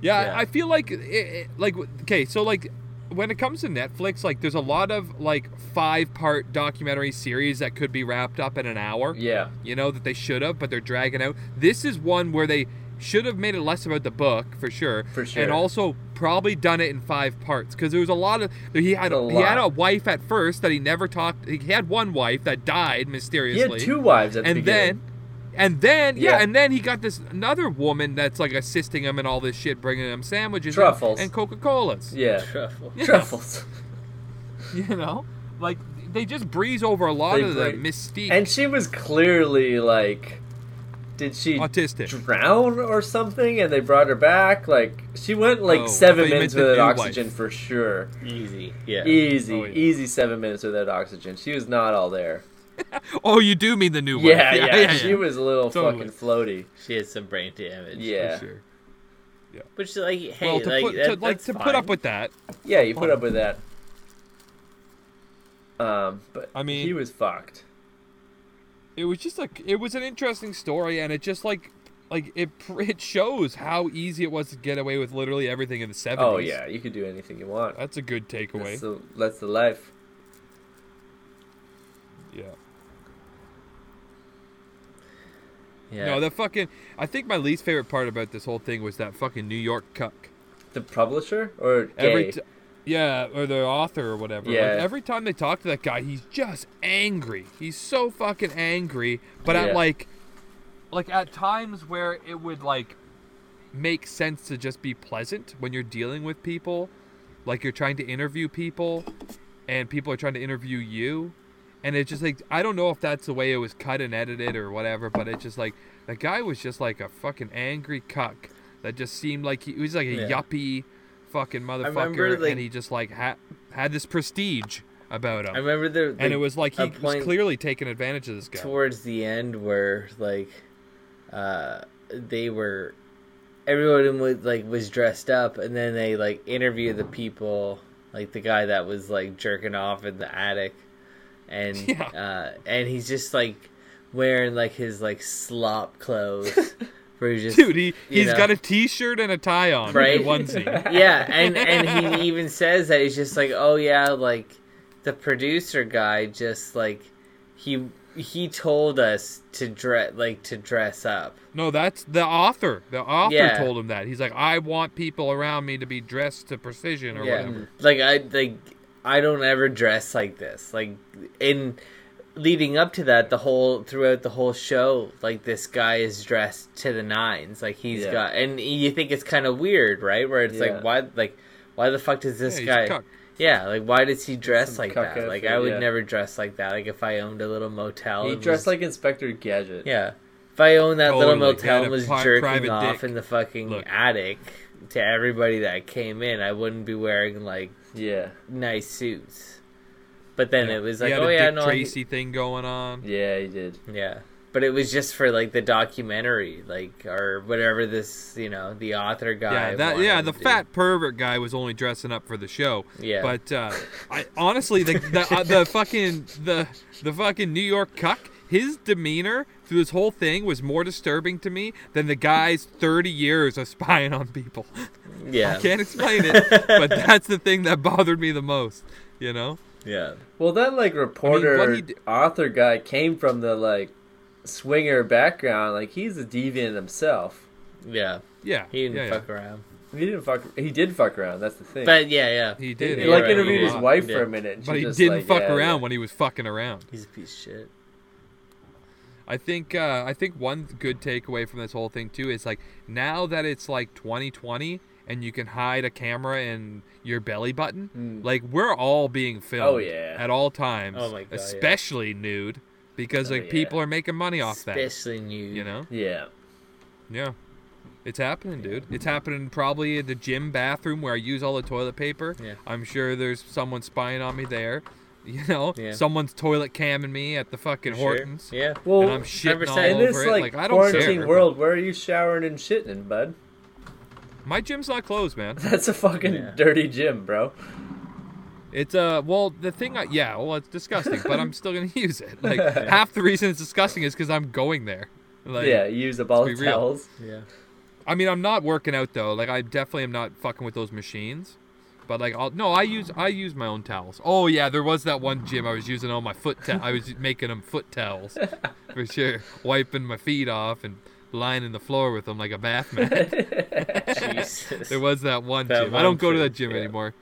S4: Yeah,
S3: Yeah.
S4: I I feel like it, it, like okay, so like when it comes to Netflix, like there's a lot of like five-part documentary series that could be wrapped up in an hour.
S2: Yeah.
S4: You know that they should have, but they're dragging out. This is one where they should have made it less about the book for sure.
S2: For sure.
S4: And also probably done it in five parts because there was a lot of he had
S2: A
S4: a, he
S2: lot.
S4: had a wife at first that he never talked. He had one wife that died
S2: He
S4: mysteriously
S2: had two wives at the
S4: and
S2: beginning.
S4: then and then yeah,
S2: Yeah.
S4: and then he got this another woman that's like assisting him in all this shit bringing him sandwiches and-
S2: Truffles.
S4: and coca-colas
S2: yeah.
S3: Truffle.
S2: Truffles.
S4: you know like they just breeze over a lot
S2: They
S4: of the
S2: breeze-
S4: mystique
S2: And she was clearly like, did she
S4: autistic
S2: drown or something? And they brought her back. Like she went like
S4: Oh, I
S2: seven
S4: thought you
S2: minutes
S4: meant the
S2: without
S4: new
S2: oxygen
S4: wife.
S2: for sure.
S3: Easy. Yeah.
S2: Easy,
S4: Oh, yeah.
S2: easy seven minutes without oxygen. She was not all there.
S4: oh you do mean the new one
S2: Yeah, yeah, She was a little
S4: Totally.
S2: fucking floaty.
S3: She had some brain damage.
S2: Yeah,
S4: Sure.
S3: Which like hey,
S4: well to
S3: like,
S4: put
S3: that-
S4: to, like
S3: that's
S4: to
S3: fine.
S4: put up with that
S2: yeah. You put up with that. Um, but
S4: I mean-
S2: he was fucked.
S4: it was just like it was an interesting story and it just like like it pr- it shows how easy it was to get away with literally everything in the 70s
S2: Oh yeah, you could do anything you want.
S4: that's a good takeaway
S2: That's the, that's the life.
S4: yeah
S2: Yeah.
S4: No, that fucking. I think my least favorite part about this whole thing was that fucking New York cuck.
S2: the publisher or gay?
S4: Every, t- yeah, or the author or whatever. Like,
S2: Yeah.
S4: every time they talk to that guy, he's just angry. He's so fucking angry, but
S2: Yeah.
S4: at like, like at times where it would like make sense to just be pleasant when you're dealing with people, like you're trying to interview people, and people are trying to interview you. And it's just like I don't know if that's the way it was cut and edited or whatever, but it's just like the guy was just like a fucking angry cuck that just seemed like he, he was like
S2: Yeah.
S4: a yuppie fucking motherfucker,
S3: remember, like-
S4: and he just like ha- had this prestige about him,
S3: I remember the, the
S4: and it was like
S3: a
S4: he was
S3: point-
S4: clearly taking advantage of this guy.
S3: towards the end where like uh they were everyone was like was dressed up and then they like interviewed the people like the guy that was like jerking off in the attic and
S4: Yeah.
S3: uh and he's just like wearing like his like slop clothes where he's just
S4: Dude, he,
S3: you
S4: he's
S3: know.
S4: got a t-shirt and a tie on,
S3: Right?
S4: and a onesie.
S3: yeah, and and he even says that he's just like, oh yeah, like the producer guy just like he he told us to dress like to dress up.
S4: No, that's the author. The author
S3: Yeah.
S4: told him that. He's like, I want people around me to be dressed to precision or
S3: Yeah,
S4: whatever.
S3: like I like I don't ever dress like this. Like in leading up to that, the whole throughout the whole show, like this guy is dressed to the nines. Like he's
S2: Yeah.
S3: got, and you think it's kind of weird, right? Where it's
S2: Yeah.
S3: like, why, like why the fuck does this
S4: Yeah, he's a
S3: guy?
S4: cuck.
S3: Yeah, like why does he dress
S2: Some
S3: like
S2: cuck
S3: that? Like
S2: outfit,
S3: I would
S2: yeah.
S3: never dress like that. Like if I owned a little motel,
S4: uh,
S2: he
S3: and
S2: dressed
S3: was-
S2: like Inspector Gadget.
S3: yeah. If I owned that
S4: Totally,
S3: little motel
S4: had a
S3: and was
S4: pri- private
S3: jerking off
S4: dick.
S3: in the fucking
S4: Look.
S3: attic to everybody that came in, I wouldn't be wearing like
S2: Yeah.
S3: nice suits. But then it was
S4: He
S3: like,
S4: had
S3: oh
S4: a
S3: yeah,
S4: Dick
S3: no, I-
S4: Tracy thing going on.
S2: Yeah, he did.
S3: yeah. But it was just for like the documentary, like or whatever this, you know, the author guy.
S4: Yeah, that
S3: wanted
S4: yeah,
S3: to
S4: the
S3: do.
S4: fat pervert guy was only dressing up for the show.
S3: Yeah.
S4: But uh, I honestly the the, uh, the fucking the the fucking New York cuck, his demeanor through this whole thing was more disturbing to me than the guy's 30 years of spying on people.
S3: Yeah,
S4: I can't explain it, but that's the thing that bothered me the most, you know?
S3: yeah,
S2: Well, that like reporter
S4: what he d-
S2: author guy came from the like swinger background. Like he's a deviant himself.
S3: yeah.
S4: Yeah.
S3: He didn't
S4: yeah, yeah.
S3: fuck around,
S2: He didn't fuck. He did fuck around. That's the thing.
S3: but yeah, yeah.
S4: He did.
S2: he
S4: yeah,
S2: like
S3: right,
S2: interviewed
S3: he
S2: his
S3: did.
S2: wife
S3: He
S2: for a
S3: did.
S2: minute.
S4: But
S2: She
S4: he
S2: just,
S4: didn't
S2: like,
S4: fuck
S2: yeah,
S4: around
S2: yeah.
S4: when he was fucking around.
S3: He's a piece of shit.
S4: I think uh, I think one good takeaway from this whole thing too is like now that it's like 2020 and you can hide a camera in your belly button, like we're all being filmed
S2: Oh, yeah.
S4: at all times,
S3: Mm. Oh, my God, yeah. Oh,
S4: especially nude because like
S2: yeah.
S4: people are making money off
S3: Especially you.
S4: that, you know?
S2: Yeah.
S4: Yeah. It's happening, dude. It's happening probably in the gym bathroom where I use all the toilet paper.
S3: Yeah.
S4: I'm sure there's someone spying on me there. You know,
S3: Yeah.
S4: someone's toilet camming me at the fucking Hortons.
S3: Yeah.
S2: Well,
S4: And I'm shitting all
S3: 100%.
S2: in
S4: over
S2: this
S4: it.
S2: like,
S4: Like, I don't
S2: quarantine
S4: care.
S2: world, where are you showering and shitting, in, bud?
S4: My gym's not closed, man.
S2: That's a fucking
S3: Yeah.
S2: dirty gym, bro.
S4: It's uh, well, the thing, I, yeah, well, it's disgusting, but I'm still gonna use it. Like half the reason it's disgusting is because I'm going there. Like,
S2: yeah, you use the ball
S4: be real.
S2: towels.
S3: Yeah.
S4: I mean, I'm not working out though. Like, I definitely am not fucking with those machines. But like, I'll no, I use I use my own towels. Oh yeah, there was that one gym I was using all my foot. Ta- I was making them foot towels for sure, wiping my feet off and lining the floor with them like a bath mat.
S3: Jesus.
S4: There was that one
S3: That
S4: gym. I
S3: one
S4: don't go to
S3: gym,
S4: that gym
S3: yeah.
S4: anymore.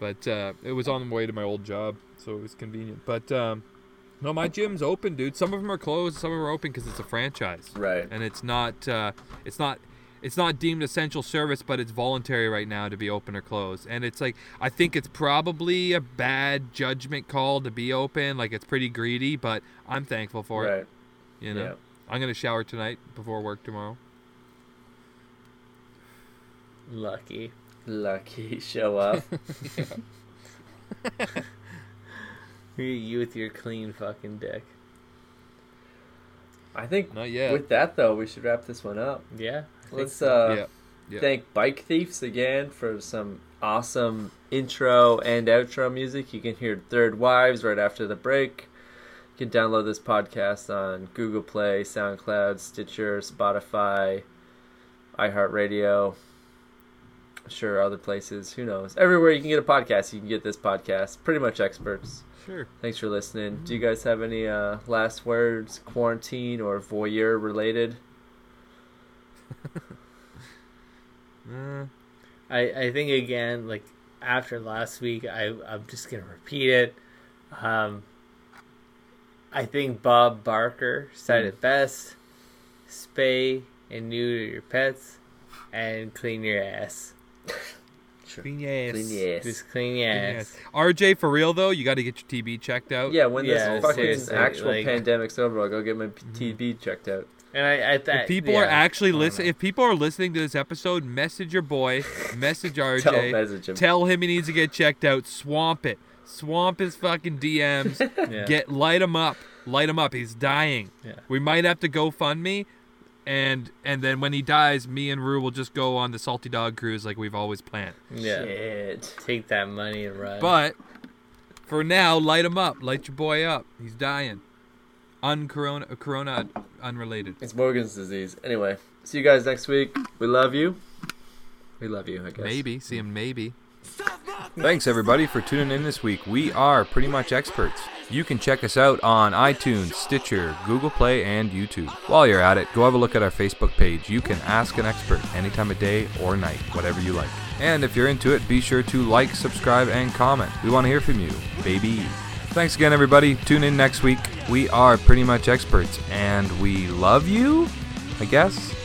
S4: But uh, it was on the way to my old job, so it was convenient. But um, no, my gym's open, dude. Some of them are closed, some of them are open because it's a franchise,
S2: Right.
S4: and it's not, uh, it's not, it's not deemed essential service, but it's voluntary right now to be open or closed. And it's like I think it's probably a bad judgment call to be open. Like it's pretty greedy, but I'm thankful for it.
S2: Right.
S4: You know,
S2: Yeah.
S4: I'm gonna shower tonight before work tomorrow.
S3: Lucky.
S2: Lucky show up.
S3: You- You with your clean fucking dick.
S2: I think
S4: Not yet.
S2: with that though, we should wrap this one up.
S3: Yeah.
S2: Let's uh
S4: yeah. Yeah.
S2: thank Bike Thieves again for some awesome intro and outro music. You can hear Third Wives right after the break. You can download this podcast on Google Play, SoundCloud, Stitcher, Spotify, iHeartRadio. Sure, other places. Who knows? Everywhere you can get a podcast, you can get this podcast. Pretty much experts.
S4: Sure. Mm-hmm.
S2: Thanks for listening. Do you guys have any uh, last words, quarantine or voyeur related?
S4: Uh,
S3: I, I think again, like after last week, I I'm just gonna repeat it. Um, I think Bob Barker said
S4: Hmm.
S3: it best: spay and neuter your pets, and clean your ass.
S4: clean your ass.
S2: Clean your ass.
S3: Just clean your
S4: Clean your
S3: ass.
S4: ass. RJ, for real though, you got to get your TB checked out.
S2: Yeah, when
S3: Yeah,
S2: this fucking
S3: seriously,
S2: actual
S3: like-
S2: pandemic's over, I'll go get my TB checked out.
S3: And I, I th-
S4: If people
S3: yeah,
S4: are actually
S3: I don't
S4: listening,
S3: know.
S4: if people are listening to this episode, message your boy, message RJ,
S2: Tell him, message him.
S4: tell him he needs to get checked out. Swamp it, swamp his fucking DMs.
S3: Yeah.
S4: Get light him up, light him up. He's dying.
S3: Yeah.
S4: We might have to go fund me, and and then when he dies, me and Rue will just go on the salty dog cruise like we've always planned.
S3: yeah.
S2: Shit.
S3: take that money and run.
S4: But for now, light him up, light your boy up. He's dying. Uncorona, corona unrelated.
S2: It's Morgan's disease. Anyway, see you guys next week. We love you. We love you, I guess.
S4: Maybe see him. Maybe.
S5: Thanks everybody for tuning in this week. We are pretty much experts. You can check us out on iTunes, Stitcher, Google Play, and YouTube. While you're at it, go have a look at our Facebook page. You can ask an expert any time of day or night, whatever you like. And if you're into it, be sure to like, subscribe, and comment. We want to hear from you, baby. Thanks again, everybody. Tune in next week. We are pretty much experts, and we love you, I guess.